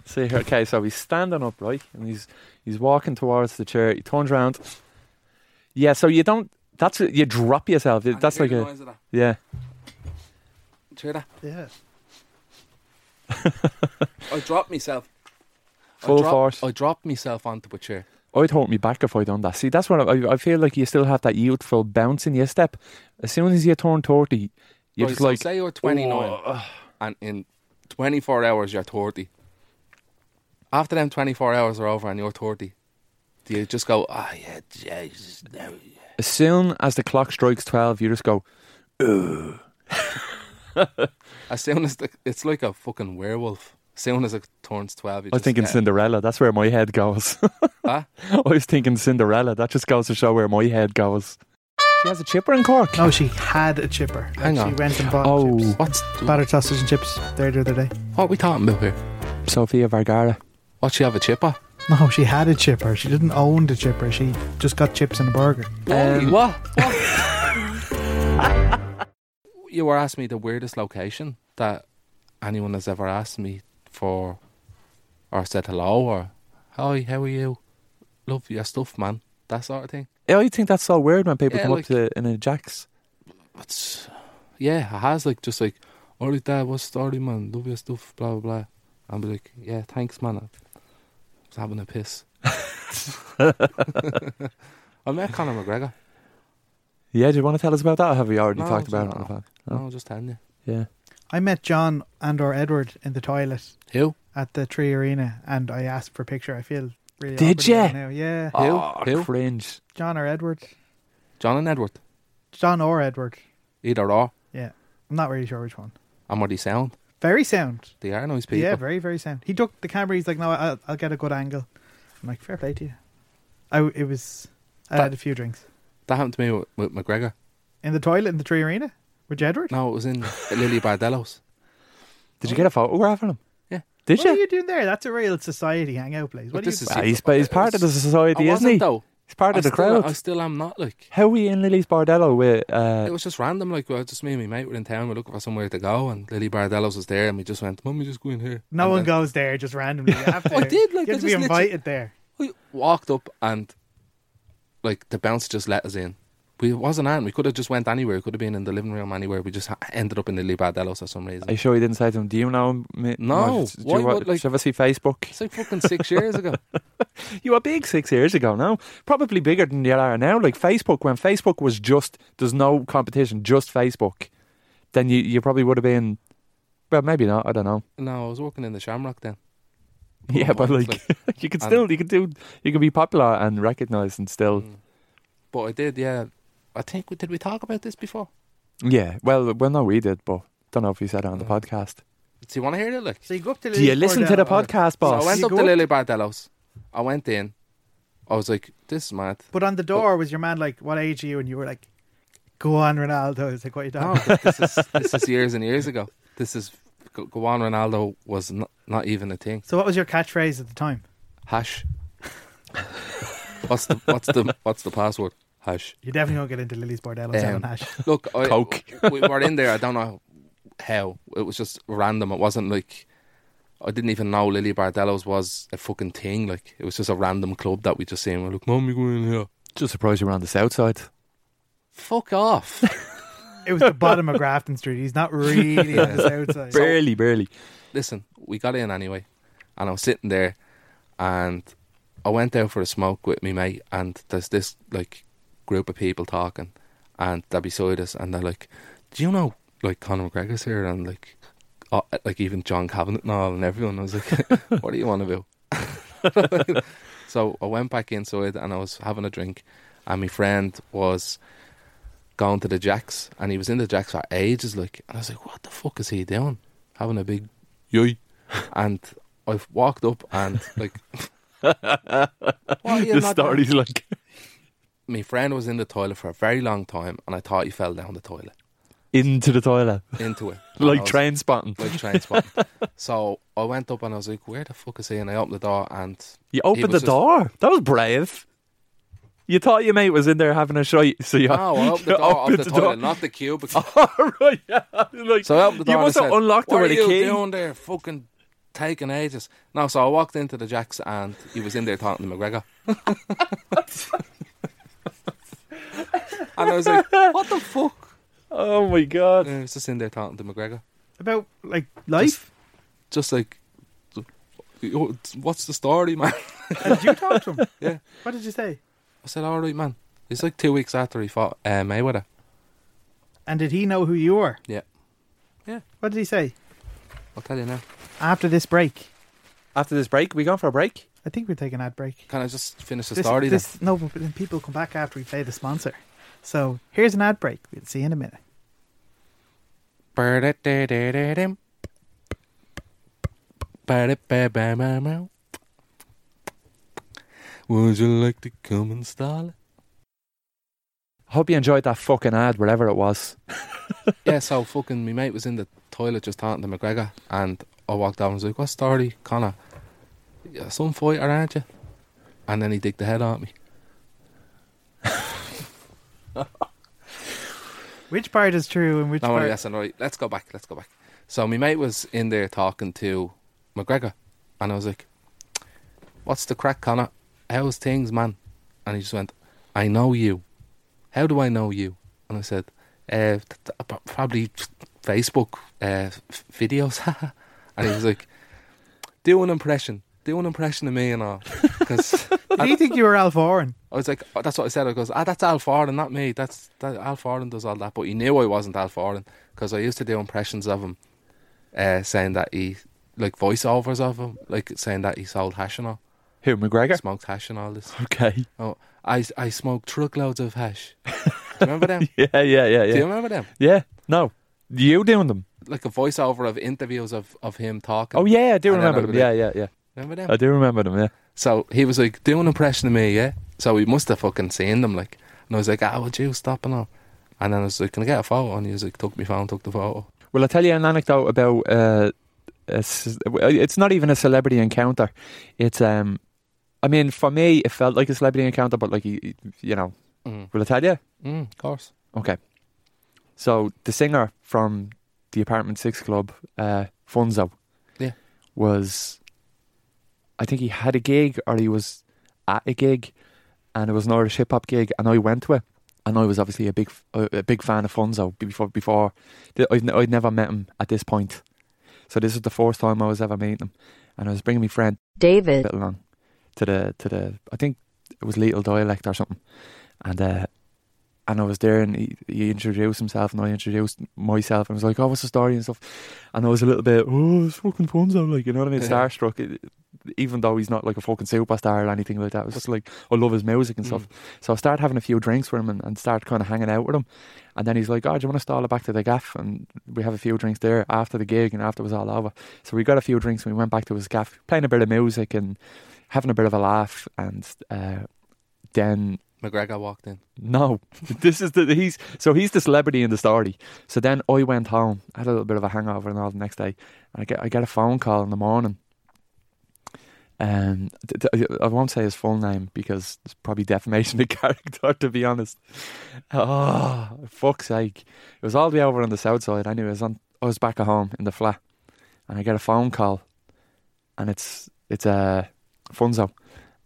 S5: See here. Okay, so he's standing up, right, and he's he's walking towards the chair. He turns around. Yeah. So you don't. That's you drop yourself.
S4: And
S5: That's
S4: you
S5: like
S4: hear the
S5: a
S4: noise of that.
S5: yeah.
S4: Do you hear that?
S6: Yeah.
S4: I dropped myself.
S5: Full
S4: I dropped,
S5: force.
S4: I dropped myself onto a chair.
S5: I'd hurt me back if I done that. See, that's what I, I feel like. You still have that youthful bounce in your step. As soon as you turn thirty, you're
S4: Right,
S5: just
S4: so
S5: like
S4: say you're 29,
S5: "Oh."
S4: and in 24 hours you're 30. After them 24 hours are over and you're 30, do you just go, ah, yeah, Jesus, no, yeah."
S5: As soon as the clock strikes twelve, you just go.
S4: As soon as the, it's like a fucking werewolf. As soon as it turns 12,
S5: I
S4: you just
S5: was thinking
S4: get-
S5: Cinderella. That's where my head goes.
S4: Huh?
S5: I was thinking Cinderella. That just goes to show where my head goes. She has a chipper in Cork.
S6: No, she had a chipper.
S4: Hang
S6: Like,
S4: on.
S6: She went and bought
S5: Oh.
S6: chips.
S4: What's
S6: Battered sausage and chips there the other day.
S4: what we talking about here?
S5: Sophia Vergara.
S4: What she have a chipper?
S6: No, she had a chipper. She didn't own the chipper. She just got chips and a burger.
S5: Um,
S4: what? what? you were asking me the weirdest location that anyone has ever asked me for, or said hello, or hi, how are you? Love your stuff, man. That sort of thing.
S5: I think that's so weird when people
S4: Yeah,
S5: come
S4: like-
S5: up to in a jacks.
S4: It's yeah, it has like just like, "Oh, all right, dad, what's the story, man? Love your stuff, blah blah blah. I'm like, yeah, thanks, man. I was having a piss. I met Conor McGregor.
S5: Yeah, do you want to tell us about that? Or have we already
S4: No,
S5: talked about it
S4: no.
S5: on the pod?
S4: No, I'm just telling you.
S5: Yeah.
S6: I met John and or Edward in the toilet
S4: Who?
S6: at the Tree Arena, and I asked for a picture. I feel really
S5: Did
S6: awkward about
S5: ya?
S6: it Now. Yeah,
S4: Who?
S5: Oh,
S4: Who?
S5: cringe.
S6: John or Edward,
S4: John and Edward.
S6: John or Edward.
S4: Either or.
S6: I'm not really sure which one.
S4: And what they sound.
S6: Very sound.
S4: They are nice people.
S6: Yeah, very very sound. He took the camera. He's like, no, I'll, I'll get a good angle. I'm like, fair play to you. I it was. I
S4: That-
S6: had a few drinks
S4: that happened to me with, with McGregor.
S6: in the toilet in the Tree Arena with Edward.
S4: No, it was in Lily Bardellos.
S5: Did you get a photograph of him?
S4: Oh. Yeah.
S5: Did
S6: What are
S5: you?
S6: you doing there? That's a real society hangout place.
S4: But
S6: What are you?
S4: this is-
S5: Ah, he's, he's part of the
S4: I
S5: society, isn't
S4: wasn't
S5: he?
S4: though.
S5: He's part
S4: I
S5: of the
S4: still,
S5: crowd.
S4: I still am not like.
S5: How were you in Lily's Bardello with
S4: It
S5: uh,
S4: was just random. Like, well, just me and my mate were in town. We are looking for somewhere to go, and Lily Bardellos was there, and we just went, "Mummy, just go in here."
S6: no
S4: And
S6: one
S4: then
S6: goes there just randomly. You have to,
S4: I did, like,
S6: you
S4: I
S6: have
S4: just
S6: to be
S4: literally-
S6: invited there.
S4: We walked up, and like the bouncer just let us in. We wasn't on. We could have just went anywhere. We could have been in the living room anywhere. We just ha- ended up in Lily Bardellos for some reason.
S5: Are you sure you didn't say to him, Do you know me?
S4: No,
S5: Do
S4: why
S5: you, wa-
S4: would, like-
S5: should I ever see Facebook?
S4: it's like fucking six years ago.
S5: You were big six years ago now. Probably bigger than you are now. Like Facebook, when Facebook was just, there's no competition, just Facebook, then you, you probably would have been, well, maybe not. I don't know.
S4: No, I was working in the Shamrock then.
S5: Yeah, but
S4: It's
S5: like, you could
S4: and-
S5: still, you could do, you could be popular and recognized and still.
S4: Mm. But I did, yeah. I think we did we talk about this before?
S5: Yeah. Well, well, no, we did, but don't know if you said it on the
S4: Mm.
S5: podcast.
S4: Do you want to hear it? Like,
S6: So you go up to.
S5: Do you listen to the podcast,
S4: uh, so
S5: boss?
S4: I went
S6: You
S4: up
S6: go
S4: to
S6: up-
S4: Lily Bardellos. I went in. I was like, "This is mad."
S6: But on the door was your man like, "What age are you?" And you were like, "Go on, Ronaldo." It's like, "What are you doing?"
S4: No, th- this is this is years and years ago. This is Gu- Guan Ronaldo was not, not even a thing.
S6: So, what was your catchphrase at the time?
S4: Hash. what's the what's the what's the password? Hash.
S6: You definitely don't get into Lily's Bordello um,
S4: Um,
S6: hash.
S4: Look, I,
S5: Coke.
S4: we were in there. I don't know how. It was just random. It wasn't like I didn't even know Lily Bardellos was a fucking thing. Like it was just a random club that we just seen. We're like, "Mom, you going in here?"
S5: Just surprised you were on the south side.
S4: Fuck off.
S6: It was the bottom of Grafton Street. He's not really on the south side.
S5: barely, barely.
S4: Listen, we got in anyway, and I was sitting there, and I went out for a smoke with me mate, and there's this like group of people talking, and they're beside us, and they're like, "Do you know like Conor McGregor's here?" And like, uh, like even John Cabinet and all, and everyone I was like, "What do you want to do?" so I went back inside, and I was having a drink, and my friend was going to the Jacks, and he was in the Jacks for ages. Like, and I was like, "What the fuck is he doing? Having a big yoy?" And I've walked up and like, "What are you
S5: the
S4: not-
S5: story's like
S4: my friend was in the toilet for a very long time, and I thought he fell down the toilet
S5: into the toilet
S4: into it, And I
S5: like
S4: was-
S5: train spotting.
S4: like train spot. so I went up and I was like, "Where the fuck is he?" And I opened the door, and
S5: You opened
S4: was
S5: the
S4: just-
S5: door. That was brave. You thought your mate was in there having a shite, so you,
S4: no, I opened
S5: you
S4: the door of
S5: opened
S4: the, toilet, not the cubicle.
S5: All right, yeah. Like,
S4: So I opened the door.
S5: you
S4: and I
S5: must have
S4: said,
S5: unlocked it
S4: what
S5: with a
S4: are
S5: key.
S4: you doing there? Fucking taking ages. No, so I walked into the jacks and he was in there talking to McGregor. and I was like, "What the fuck?"
S5: Oh my god.
S4: And he was just in there talking to McGregor,
S6: About like life.
S4: just like, "Yo, "What's the story, man?"
S6: Did you talk to him?
S4: Yeah.
S6: What did you say?
S4: I said, "All right, man." It's like two weeks after he fought uh, Mayweather.
S6: And did he know who you were?
S4: Yeah. Yeah.
S6: What did he say?
S4: I'll tell you now.
S6: After this break,
S5: After this break, we gone for a break.
S6: I think we're taking that break.
S4: Can I just finish the
S6: This-
S4: story
S6: this, No, but then people come back after we play the sponsor. So here's an ad break. We'll see you in a minute.
S4: then? Would you like to come and stall it?
S5: Hope you enjoyed that fucking ad, wherever it was.
S4: Yeah, so fucking my mate was in the toilet just talking to McGregor and I walked out and was like, What story, Connor? You're some fighter, aren't you? And then he dicked the head at me.
S6: Which part is true and which
S4: No,
S6: part?
S4: wait, that's all right. Let's go back. Let's go back. So my mate was in there talking to McGregor, and I was like, "What's the crack, Connor? How's things, man?" And he just went, "I know you. How do I know you?" And I said, uh, th- th- p- "Probably Facebook uh, f- videos." and he was like, "Do an impression. Do an impression of me and all." Because
S6: Did he think you were Alf Warren?
S4: I was like, oh, "That's what I said." I goes, "Ah, that's Al Forden, not me. That's that Al Forden does all that." But he knew I wasn't Al Forden because I used to do impressions of him, uh, saying that he like voiceovers of him, like saying that he sold hash and all,
S5: Who, McGregor?
S4: smoked hash and all this.
S5: Okay.
S4: Oh, I I smoked truckloads of hash. Do you remember them?
S5: Yeah, yeah, yeah,
S4: Do you
S5: yeah.
S4: remember them?
S5: Yeah. No. You doing them?
S4: Like a voiceover of interviews of of him talking.
S5: Oh yeah, Uh, I do
S4: And then
S5: remember
S4: I'll
S5: them.
S4: be
S5: Yeah,
S4: like-
S5: yeah, yeah.
S4: remember them?
S5: I do remember them. Yeah.
S4: So he was like, do an impression of me, yeah? So he must have fucking seen them, like. And I was like, ah, would you stop and all? And then I was like, can I get a photo? And he was like, took my phone, took the photo.
S5: Well, I'll tell you an anecdote about. Uh, a ce- it's not even a celebrity encounter. It's um, I mean, for me, it felt like a celebrity encounter, but like you, you know,
S4: Mm.
S5: will I tell you?
S4: Mm, of course.
S5: Okay. So the singer from the Apartment Six Club, uh, Funzo,
S4: Yeah.
S5: was. I think he had a gig, or he was at a gig, and it was an Irish hip hop gig, and I went to it, and I was obviously a big, f- a a big fan of Funzo before. Before th- I'd, n- I'd never met him at this point, so this is the first time I was ever meeting him, and I was bringing my friend
S7: David.
S5: bit along to the to the I think it was Lethal Dialect or something, and uh, and I was there and he, he introduced himself and I introduced myself and was like, oh, what's the story and stuff, and I was a little bit oh, it's fucking fun, so like you know what I mean,
S4: Yeah.
S5: starstruck. It, even though he's not like a fucking superstar or anything like that, it was just like I love his music
S4: Mm.
S5: and stuff. So I started having a few drinks with him and, and started kind of hanging out with him. And then he's like, "Oh, do you want to stall it back to the gaff?" And we have a few drinks there after the gig and after it was all over. So we got a few drinks and we went back to his gaff, playing a bit of music and having a bit of a laugh. And uh, then
S4: McGregor walked in.
S5: no, this is the he's so he's the celebrity in the story. So then I went home, had a little bit of a hangover and all the next day. And I get I get a phone call in the morning. Um, th- th- I won't say his full name because it's probably defamation of character. To be honest, oh fuck's sake! It was all the way over on the south side. Anyway, I was, on, I was back at home in the flat, and I get a phone call, and it's it's uh, Funzo,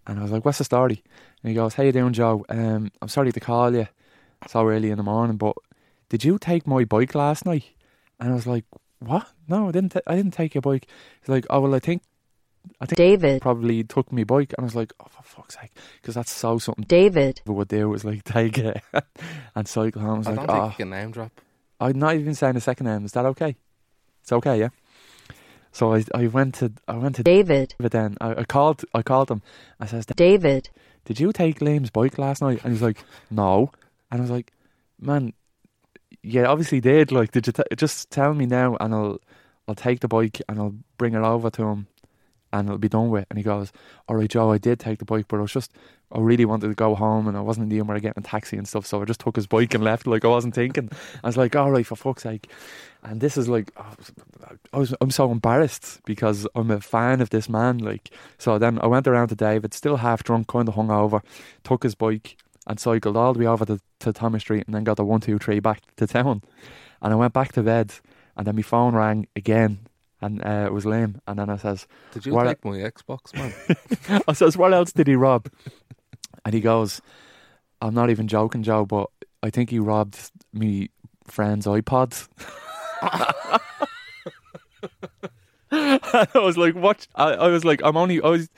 S5: and I was like, "What's the story?" And he goes, How you doing, Joe? Um, I'm sorry to call you so early in the morning, but did you take my bike last night? And I was like, What? No, I didn't ta- I didn't take your bike. He's like, Oh well I think
S7: David.
S5: probably took me bike and I was like, Oh for fuck's sake because that's so something
S7: David.
S5: people would do was like take it and cycle home. I was
S4: I
S5: like,
S4: don't
S5: Oh
S4: think you can name drop.
S5: I'm not even saying a second name, is that okay? It's okay, yeah. So I, I went to I went to
S7: David.
S5: David then. I, I called I called him. I says
S7: David.
S5: did you take Liam's bike last night? And he's like, no. And I was like, man, yeah, obviously did. Like, did you t- just tell me now, and I'll I'll take the bike and I'll bring it over to him, and it'll be done with. And he goes, All right, Joe, I did take the bike, but I was just, I really wanted to go home and I wasn't in the humor of getting a taxi and stuff. So I just took his bike and left, like I wasn't thinking. I was like, All right, for fuck's sake. And this is like, I was, I was, I'm so embarrassed because I'm a fan of this man. Like, so then I went around to David, still half drunk, kind of hungover, took his bike and cycled all the way over to, to Thomas Street and then got the 123 back to town. And I went back to bed and then my phone rang again and uh, it was Liam. And then I says,
S4: Did you
S5: Well,
S4: take my Xbox, man?
S5: I says, Oh, what else did he rob? And he goes, I'm not even joking, Joe, but I think he robbed me friend's iPods. I was like, what? I, I was like, I'm only, I was,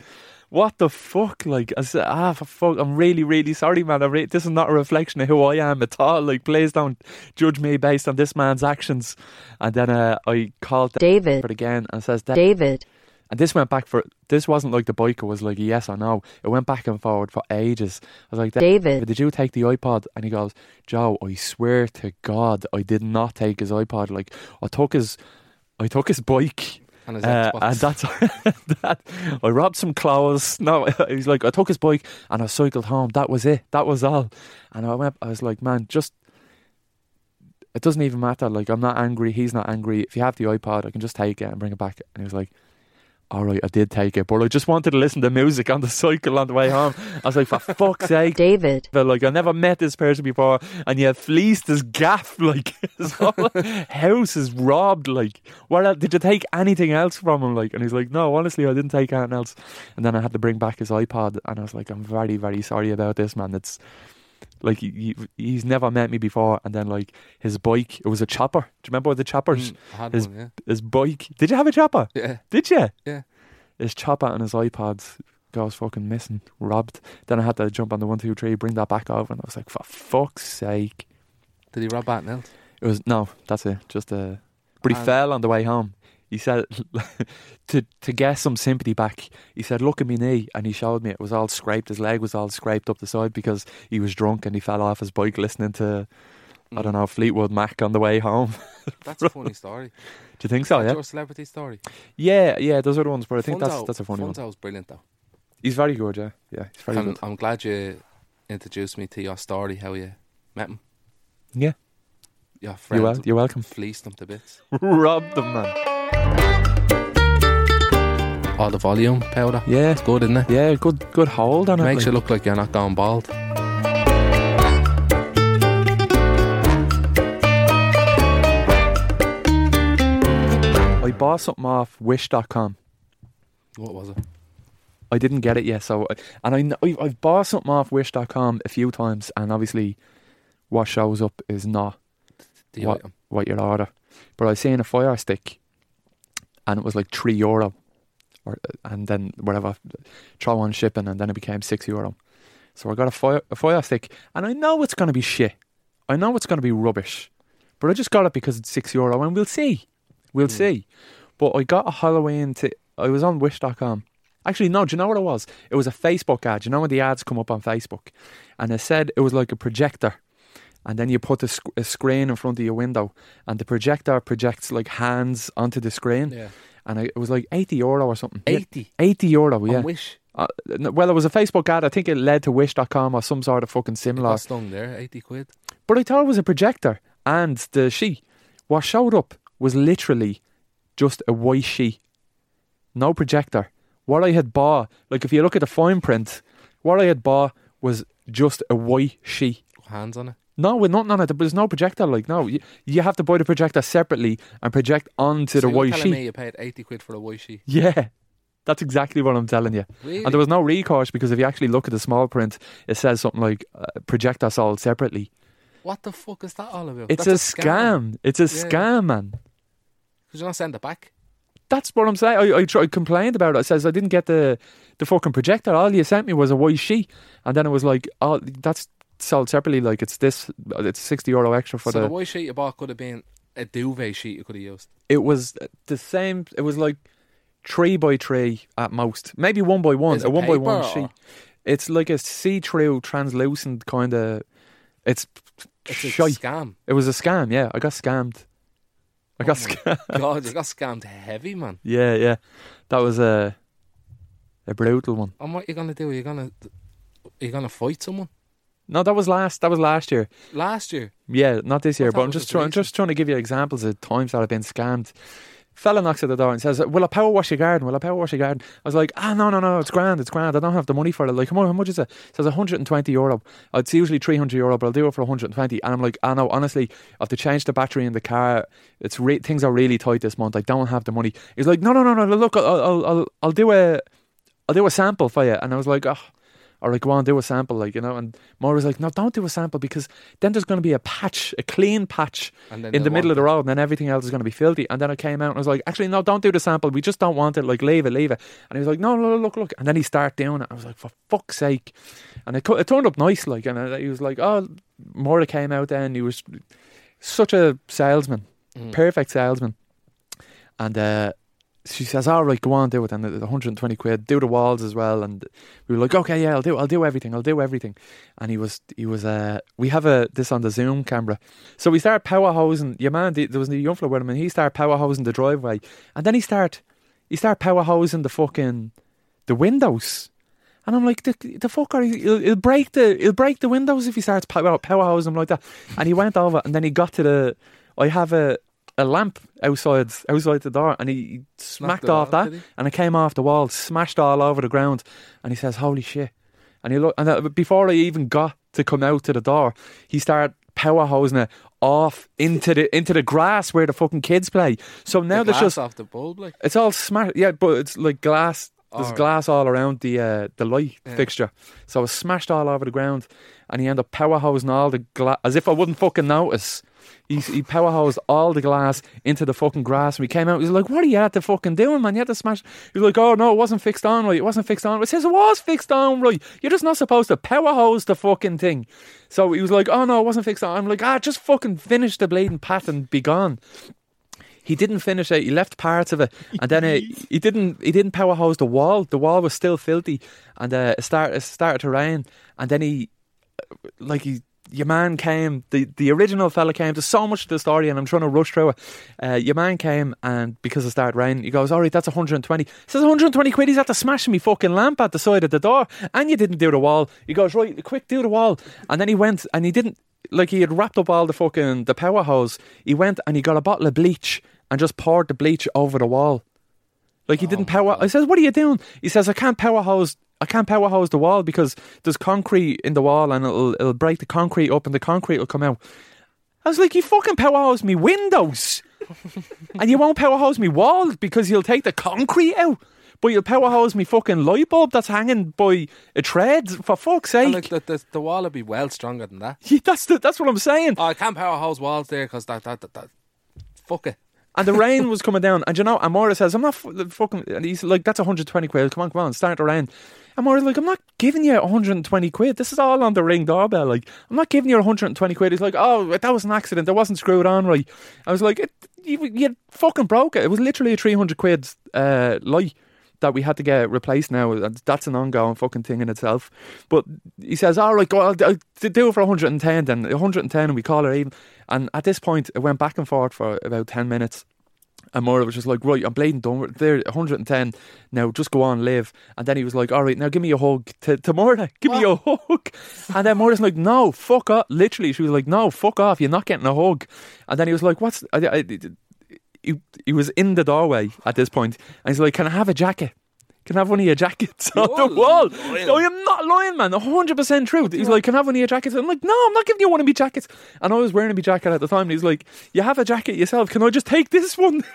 S5: what the fuck? Like, I said, ah, for fuck, I'm really, really sorry, man. I re- this is not a reflection of who I am at all. Like, please don't judge me based on this man's actions. And then uh, I called
S7: David,
S5: David again and says, "Da-
S7: David,
S5: and this went back for this wasn't like the biker was like yes or no. It went back and forward for ages. I was like, David,
S7: David,
S5: did you take the iPod? And he goes, Joe, I swear to God, I did not take his iPod. Like I took his, I took his bike.
S4: And his
S5: Uh,
S4: Xbox.
S5: and that's that. I robbed some clothes. No, he's like, I took his bike and I cycled home. That was it. That was all. And I went. I was like, man, just it doesn't even matter. Like, I'm not angry. He's not angry. If you have the iPod, I can just take it and bring it back. And he was like, all right, I did take it, but I just wanted to listen to music on the cycle on the way home. I was like, for fuck's sake.
S7: David,
S5: But like I never met this person before, and you fleeced this gaff. Like his whole house is robbed. Like what else? Did you take anything else from him? Like, and he's like, no, honestly, I didn't take anything else. And then I had to bring back his iPod, and I was like, I'm very, very sorry about this, man. It's like he, he- he's never met me before, and then like his bike, it was a chopper. Do you remember the choppers?
S4: Mm, I had
S5: his-
S4: one,
S5: His bike. Did you have a chopper?
S4: yeah. Yeah.
S5: Did you?
S4: Yeah.
S5: His chopper and his iPods goes fucking missing, robbed. Then I had to jump on the one, two, three, bring that back over, and I was like, for fuck's sake!
S4: Did he rob anything else?
S5: It was no, that's it, just a. But he
S4: And-
S5: fell on the way home. He said to to get some sympathy back. He said, "Look at me knee," and he showed me it was all scraped. His leg was all scraped up the side because he was drunk and he fell off his bike listening to I don't know Fleetwood Mac on the way home.
S4: Mm. That's a funny story.
S5: Do you think so?
S4: That's
S5: Oh, Yeah,
S4: your celebrity story.
S5: yeah, yeah. Those are the ones, but I think that's
S4: Funzo-
S5: that's a funny one.
S4: Funzo's brilliant though.
S5: He's very good. Yeah, yeah. He's very
S4: I'm,
S5: good.
S4: I'm glad you introduced me to your story, how you met him.
S5: Yeah.
S4: Your friend
S5: You're, wel- you're welcome.
S4: fleeced him to bits.
S5: Rob the man.
S4: Oh, the volume powder.
S5: Yeah,
S4: It's good, isn't it?
S5: yeah. Good, good hold on it.
S4: Makes
S5: like.
S4: you look like you're not going bald.
S5: I bought something off Wish.com.
S4: What was it?
S5: I didn't get it yet, so I- and I kn- I I've bought something off Wish.com a few times, and obviously, what shows up is not
S4: The
S5: What?
S4: item.
S5: what you order. But I seen a fire stick, and it was like three euro, or and then whatever, throw on shipping, and then it became six euro. So I got a fire a fire stick, and I know it's gonna be shit. I know it's gonna be rubbish, but I just got it because it's six euro, and we'll see, we'll see. But I got a Halloween. T- I was on Wish.com. Actually, no. Do you know what it was? It was a Facebook ad. You know when the ads come up on Facebook, and it said it was like a projector, and then you put a, sc- a screen in front of your window, and the projector projects like hands onto the screen,
S4: Yeah.
S5: and I, it was like eighty euro or something. Yeah,
S4: 80
S5: eighty euro. Yeah.
S4: on Wish.
S5: Uh, n- well, it was a Facebook ad. I think it led to Wish.com or some sort of fucking similar.
S4: Last on there, 80 quid.
S5: But I thought it was a projector, and the sheet. What showed up was literally just a white sheet, no projector. What I had bought, like if you look at the fine print, what I had bought was just a white sheet.
S4: Hands on it.
S5: No, we're not none of that. There's no projector. Like no, you, you have to buy the projector separately and project onto
S4: So
S5: the
S4: you're
S5: white
S4: telling
S5: sheet.
S4: me you paid 80 quid for a white sheet.
S5: Yeah, that's exactly what I'm telling you.
S4: Really?
S5: And there was no recourse because if you actually look at the small print, it says something like uh, projector sold separately.
S4: what the fuck is that all about?
S5: It's
S4: That's
S5: a scam. It's a
S4: Yeah.
S5: scam, man.
S4: Because you're not send it back.
S5: That's what I'm saying. I, I tried complained about it. I says I didn't get the the fucking projector. All you sent me was a white sheet, and then it was like, oh, that's sold separately. Like it's this, uh, it's sixty euro extra for
S4: so the,
S5: the.
S4: white sheet you bought could have been a duvet sheet you could have used.
S5: it was the same. It was like three by three at most, maybe one by one,
S4: Is
S5: a
S4: it
S5: one by one
S4: paper or-
S5: sheet. It's like a see-through, translucent kind of. It's,
S4: It's a
S5: shite.
S4: scam.
S5: It was a scam. Yeah, I got scammed. I got scammed.
S4: God, you got scammed heavy, man.
S5: Yeah, yeah. That was a a brutal one.
S4: And what you gonna do? Are you gonna are you gonna fight someone?
S5: No, that was last. That was last year.
S4: Last year,
S5: Yeah, not this year.
S4: thought
S5: But
S4: it
S5: I'm
S4: was
S5: just
S4: this
S5: trying,
S4: recent.
S5: just trying to give you examples of times that I've been scammed. Fella knocks at the door and says, "Will I power wash your garden? Will I power wash your garden?" I was like, "Ah, no, no, no, it's grand, it's grand. I don't have the money for it. Like, come on, how much is it?" It says 120 euro. It's usually 300 euro, but I'll do it for 120. And I'm like, "I know, honestly, I have to change the battery in the car. It's re- things are really tight this month. I don't have the money." He's like, "No, no, no, no. Look, I'll, I'll, I'll, I'll do a, I'll do a sample for you." And I was like, "Oh." Or like, go on, do a sample, like you know. And Maura was like, "No, don't do a sample because then there's going to be a patch, a clean patch,
S4: and then
S5: in the
S4: they'll
S5: middle of
S4: want
S5: the road, and then everything else is going to be filthy. And then I came out and I was like, actually, no, don't do the sample. We just don't want it. Like, leave it, leave it. And he was like, no, no, no, look, look. And then he started doing it. I was like, for fuck's sake. And it, co- it turned up nice. Like, and I, he was like, oh, Mora came out then. He was such a salesman,
S4: Mm.
S5: perfect salesman. And uh, she says, all right, go on, do it. And it's 120 quid, do the walls as well. And we were like, okay, yeah, I'll do, I'll do everything, I'll do everything. And he was, he was, uh, we have a this on the Zoom camera. So we started powerhousing. Your man, the- there was a young fella with him, and he started powerhousing the driveway, and then he started, he started powerhousing the fucking, the windows. And I'm like, the, the fucker, he'll, he'll break the, he'll break the windows if he starts power, powerhousing them like that. And he went over, and then he got to the, I have a, a lamp outside, outside the door, and he, he smacked
S4: it
S5: off
S4: off,
S5: that,
S4: did he?
S5: and it came off the wall, smashed all over the ground, and he says, "Holy shit!" And he looked, and uh, before I even got to come out to the door, he started powerhousing it off into the into the grass where the fucking kids play. So now
S4: the
S5: there's
S4: glass
S5: just
S4: off the bulb, like
S5: it's all smashed. Yeah, but it's like glass. There's
S4: Alright.
S5: glass all around the uh, the light
S4: Yeah.
S5: fixture, so it's smashed all over the ground, and he ended up powerhousing all the glass as if I wouldn't fucking notice. He, he powerhoused all the glass into the fucking grass. And we came out. He was like, "What are you at to fucking doing, man? You had to smash." He was like, "Oh no, it wasn't fixed on right. It wasn't fixed on." right." It says it was fixed on right. You're just not supposed to powerhouse the fucking thing. So he was like, "Oh no, it wasn't fixed on." I'm like, "Ah, just fucking finish the bleeding path and be gone." he didn't finish it. He left parts of it, and then he, he didn't he didn't powerhouse the wall. The wall was still filthy, and uh, it started it started to rain. And then he, like he, your man came. the The original fella came. There's so much to the story, and I'm trying to rush through it. Uh, your man came, and because it started raining, he goes, "All right, that's 120." He says 120 quid. He's after smashing me fucking lamp at the side of the door, and you didn't do the wall. He goes, "Right, quick, do the wall." And then he went, and he didn't. Like he had wrapped up all the fucking the power hose. He went and he got a bottle of bleach and just poured the bleach over the wall. Like he didn't power. I says, "What are you doing?" He says, "I can't power hose. I can't power hose the wall because there's concrete in the wall and it'll it'll break the concrete up and the concrete will come out." I was like, "You fucking power hose me windows, and you won't power hose me walls because you'll take the concrete out, but you'll power hose me fucking light bulb that's hanging by a thread for fuck's
S4: And,
S5: sake."
S4: like the, the the wall would be well stronger than that.
S5: Yeah, that's the, that's what I'm saying.
S4: Oh, I can't powerhouse walls there because that, that that that fuck it.
S5: And the rain was coming down. And you know, Amora says, I'm not f- fucking. And he's like, that's 120 quid. Come on, come on, start the rain. Amora's like, I'm not giving you 120 quid. This is all on the ring doorbell. Like, I'm not giving you 120 quid. He's like, oh, that was an accident. I wasn't screwed on right. I was like, it, you, you fucking broke it. It was literally a 300 quid uh, light that we had to get replaced now. and That's an ongoing fucking thing in itself. But he says, all right, go, I'll, I'll do it for 110 then. 110 and we call her even. And at this point, it went back and forth for about 10 minutes. And Moira was just like, right, I'm bleeding done. There, 110. Now, just go on, live. And then he was like, all right, now give me a hug to, to Moira. Give me a hug. And then Moira's like, no, fuck off. Literally, she was like, no, fuck off. You're not getting a hug. And then he was like, what's... I, I, he, he was in the doorway at this point, and he's like, "Can I have a jacket? Can I have one of your jackets on
S4: You're
S5: the wall?"
S4: lying.
S5: No, I'm not lying, man. hundred percent truth. He's like, "Can I have one of your jackets?" I'm like, "No, I'm not giving you one of my jackets." And I was wearing a me jacket at the time, and he's like, "You have a jacket yourself. Can I just take this one?"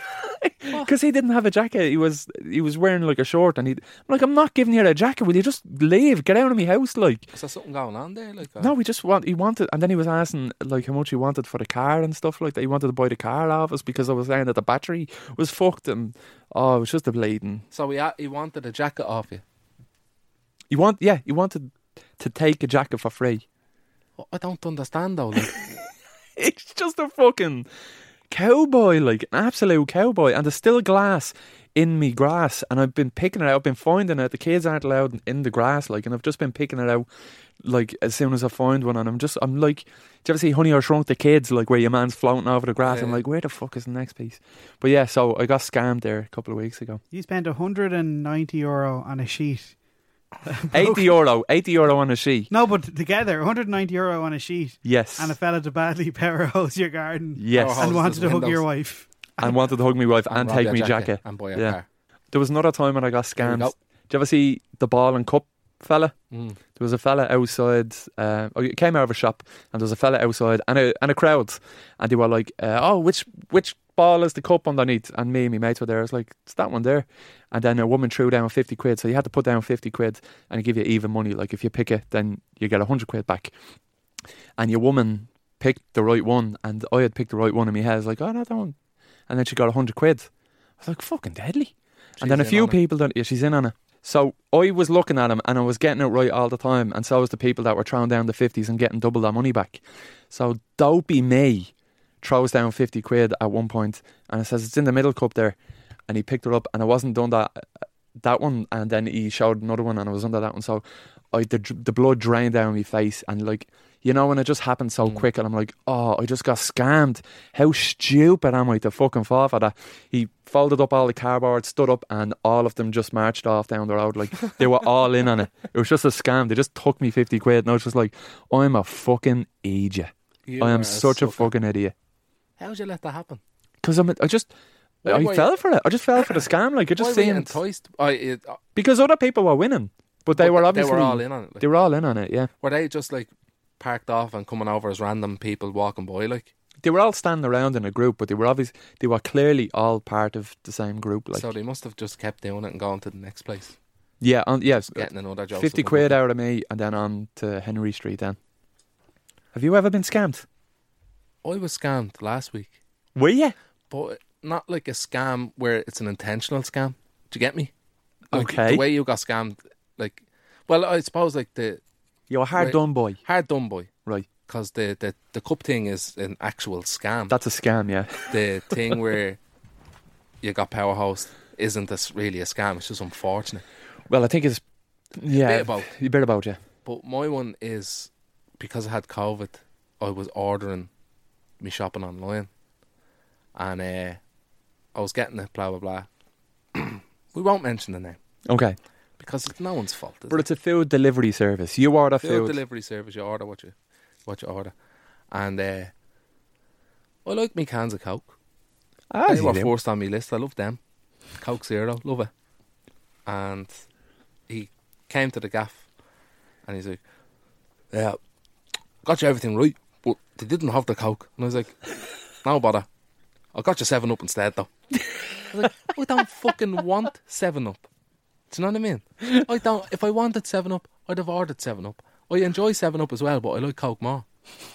S5: Because he didn't have a jacket. He was he was wearing like a short, and he I'm like, "I'm not giving you a jacket. Will you just leave? Get out of my house, like."
S4: Is there something going on there? Like uh,
S5: No, we just want he wanted, and then he was asking like how much he wanted for the car and stuff like that. He wanted to buy the car off us because I was saying that the battery was fucked and oh, it was just a bleeding.
S4: So he ha- he wanted a jacket off you.
S5: He want, yeah, he wanted to take a jacket for free.
S4: I don't understand though. Like,
S5: It's just a fucking cowboy, like an absolute cowboy. And there's still glass in me grass, and I've been picking it out, I've been finding it. The kids aren't allowed in the grass, like, and I've just been picking it out, like, as soon as I find one. And I'm just, I'm like, do you ever see Honey or Shrunk the Kids, like, where your man's floating over the grass? I'm
S4: Yeah.
S5: like, where the fuck is the next piece? But yeah, so I got scammed there a couple of weeks ago.
S6: You spent 190 euro on a sheet.
S5: 80 euro, 80 euro on a she.
S6: No, but together, 190 euro on a sheet.
S5: Yes.
S6: And a fella to badly power hose your garden.
S5: Yes.
S4: Oh,
S6: And
S4: hose
S6: wanted
S4: his
S6: to hug
S4: windows.
S6: your wife.
S5: and wanted to hug me wife and
S4: rob
S5: take
S4: your
S5: me jacket.
S4: and buy a
S5: Yeah.
S4: car.
S5: There was another time when I got
S4: There we
S5: scammed.
S4: go.
S5: Do you ever see the ball and cup fella?
S4: Mm.
S5: There was a fella outside. Uh, oh, it came out of a shop, and there was a fella outside and a and a crowd, and they were like, uh, "Oh, which which ball is the cup underneath?" And me and my mates were there. I was like, "It's that one there." And then a woman threw down fifty quid, so you had to put down fifty quid and give you even money. Like if you pick it, then you get hundred quid back. And your woman picked the right one, and I had picked the right one in my head. I was like, "Oh no, that one," and then she got hundred quid. I was like, "Fucking deadly." and then a
S4: She's in
S5: few
S4: on it.
S5: people done. Yeah, she's in on it. So I was looking at him and I was getting it right all the time, and so was the people that were throwing down the fifties and getting double their money back. So dopey me throws down fifty quid at one point, and it says it's in the middle cup there, and he picked it up, and I wasn't done that that one, and then he showed another one, and I was under that one. So I the dr- the blood drained down my face, and like you know when it just happened so
S4: Mm.
S5: quick, and I'm like, oh, I just got scammed. How stupid am I to fucking fall for that? He folded up all the cardboard, stood up, and all of them just marched off down the road. Like they were all in on it. It was just a scam. They just took me fifty quid, and I was just like, I'm a fucking idiot.
S4: You
S5: I
S4: are
S5: am such a
S4: sucker.
S5: fucking idiot.
S4: How'd you let that happen?
S5: Because I'm, I just.
S4: Why were
S5: I
S4: you-
S5: fell for it. I just fell for the scam. Like it
S4: Why
S5: just
S4: were you
S5: seemed
S4: enticed? I, it, uh,
S5: because other people were winning, but they
S4: but
S5: were obviously
S4: they were all in on it. Like,
S5: They were all in on it, yeah.
S4: were they just like parked off and coming over as random people walking by? Like,
S5: They were all standing around in a group, but they were obviously they were clearly all part of the same group. Like,
S4: so they must have just kept doing it and going to the next place,
S5: yeah, on, yes,
S4: getting another job.
S5: fifty quid out of me, and then on to Henry Street. Then, have you ever been scammed?
S4: I was scammed last week,
S5: Were you?
S4: but not like a scam where it's an intentional scam. Do you get me? Like,
S5: Okay.
S4: The way you got scammed, like, well, I suppose like the
S5: You're a hard
S4: Wait.
S5: done boy,
S4: hard done boy,
S5: right?
S4: because the, the the cup thing is an actual scam.
S5: That's a scam, yeah.
S4: the thing where you got power host isn't this really a scam? It's just unfortunate.
S5: Well, I think it's yeah,
S4: bit about.
S5: a bit about yeah.
S4: But my one is because I had COVID, I was ordering me shopping online, and uh, I was getting it. Blah blah blah. we won't mention the name
S5: Okay,
S4: because it's no one's fault. Is
S5: but
S4: it?
S5: it's a food delivery service. You order
S4: food,
S5: food.
S4: delivery service. You order what you what you order, and uh, I like me cans of Coke.
S5: As
S4: they
S5: Ah, you
S4: were
S5: do.
S4: forced on my list. I love them. Coke Zero, love it. And he came to the gaff and he's like, Yeah, got you everything right, but they didn't have the Coke. And I was like, No bother. I got you 7 Up instead, though. I was like, I don't fucking want 7 Up. Do you know what I mean? I don't. If I wanted 7 Up, I'd have ordered 7 Up. I enjoy 7 Up as well, but I like Coke more. You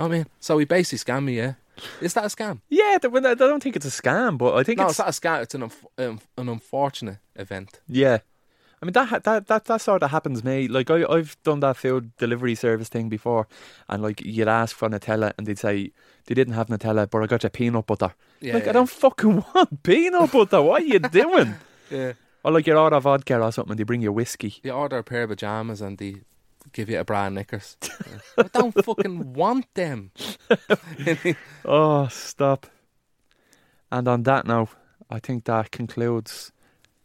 S4: know what I mean? So he basically scammed me, yeah. Is that a scam?
S5: Yeah, th- well, I don't think it's a scam, but I think
S4: No,
S5: it's
S4: it's not a scam. It's an unf- um, an unfortunate event.
S5: Yeah. I mean that ha- that that that sort of happens to me. Like I I've done that food delivery service thing before, and like you'd ask for Nutella, and they'd say they didn't have Nutella, but I got you peanut butter.
S4: Yeah,
S5: like I
S4: yeah.
S5: don't fucking want peanut butter. What are you doing?
S4: Yeah.
S5: Or like you order vodka or something, and they bring you whiskey.
S4: You order a pair of pajamas and they give you a bra and knickers. I don't fucking want them.
S5: Oh, stop! And on that note, I think that concludes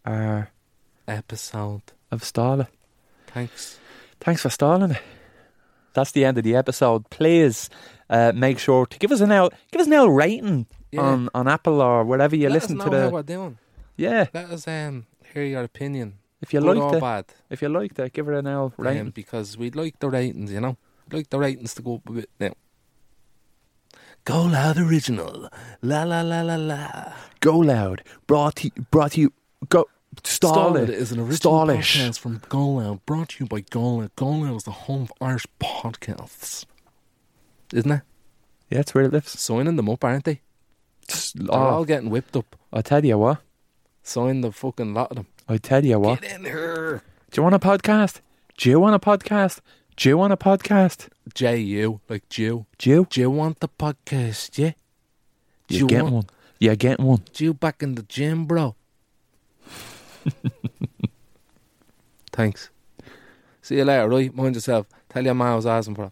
S5: our
S4: Episode.
S5: of Starlet.
S4: Thanks.
S5: Thanks for stalling it. That's the end of the episode. Please uh, make sure to give us an L, give us an L rating
S4: Yeah.
S5: on, on Apple or wherever Um, you
S4: Let
S5: listen
S4: us
S5: to
S4: know how
S5: the.
S4: we're doing.
S5: yeah,
S4: Let us um, hear your opinion.
S5: if you
S4: Good
S5: liked
S4: or
S5: it,
S4: bad.
S5: if you liked it, give it an L
S4: um,
S5: rating.
S4: because we'd like the ratings, you know. We'd like the ratings to go up a bit now. Go Loud Original. La la la la la.
S5: Go loud. Brought to, brought to you. Go
S4: Starlet is an original
S5: Starlish.
S4: podcast from Golan, brought to you by Golan. Golan is the home of Irish podcasts. Isn't it?
S5: Yeah, that's where it lives.
S4: Signing them up, aren't they? They're all
S5: Oh,
S4: getting whipped up.
S5: I tell you what.
S4: Sign the fucking lot of them.
S5: I tell you what.
S4: Get in here.
S5: Do you want a podcast? Do you want a podcast? Do you want a podcast?
S4: J U, like Jew.
S5: Do you?
S4: Do you want the podcast, yeah? Do
S5: You get
S4: want-
S5: one. Yeah, get one.
S4: Do you back in the gym, bro? Thanks. See you later, right? Mind yourself. Tell your ma I was asking for it.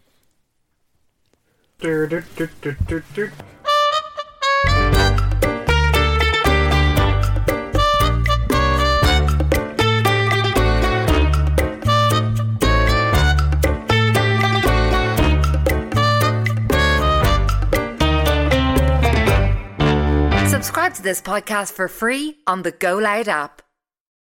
S1: Subscribe to this podcast for free on the Go Loud app.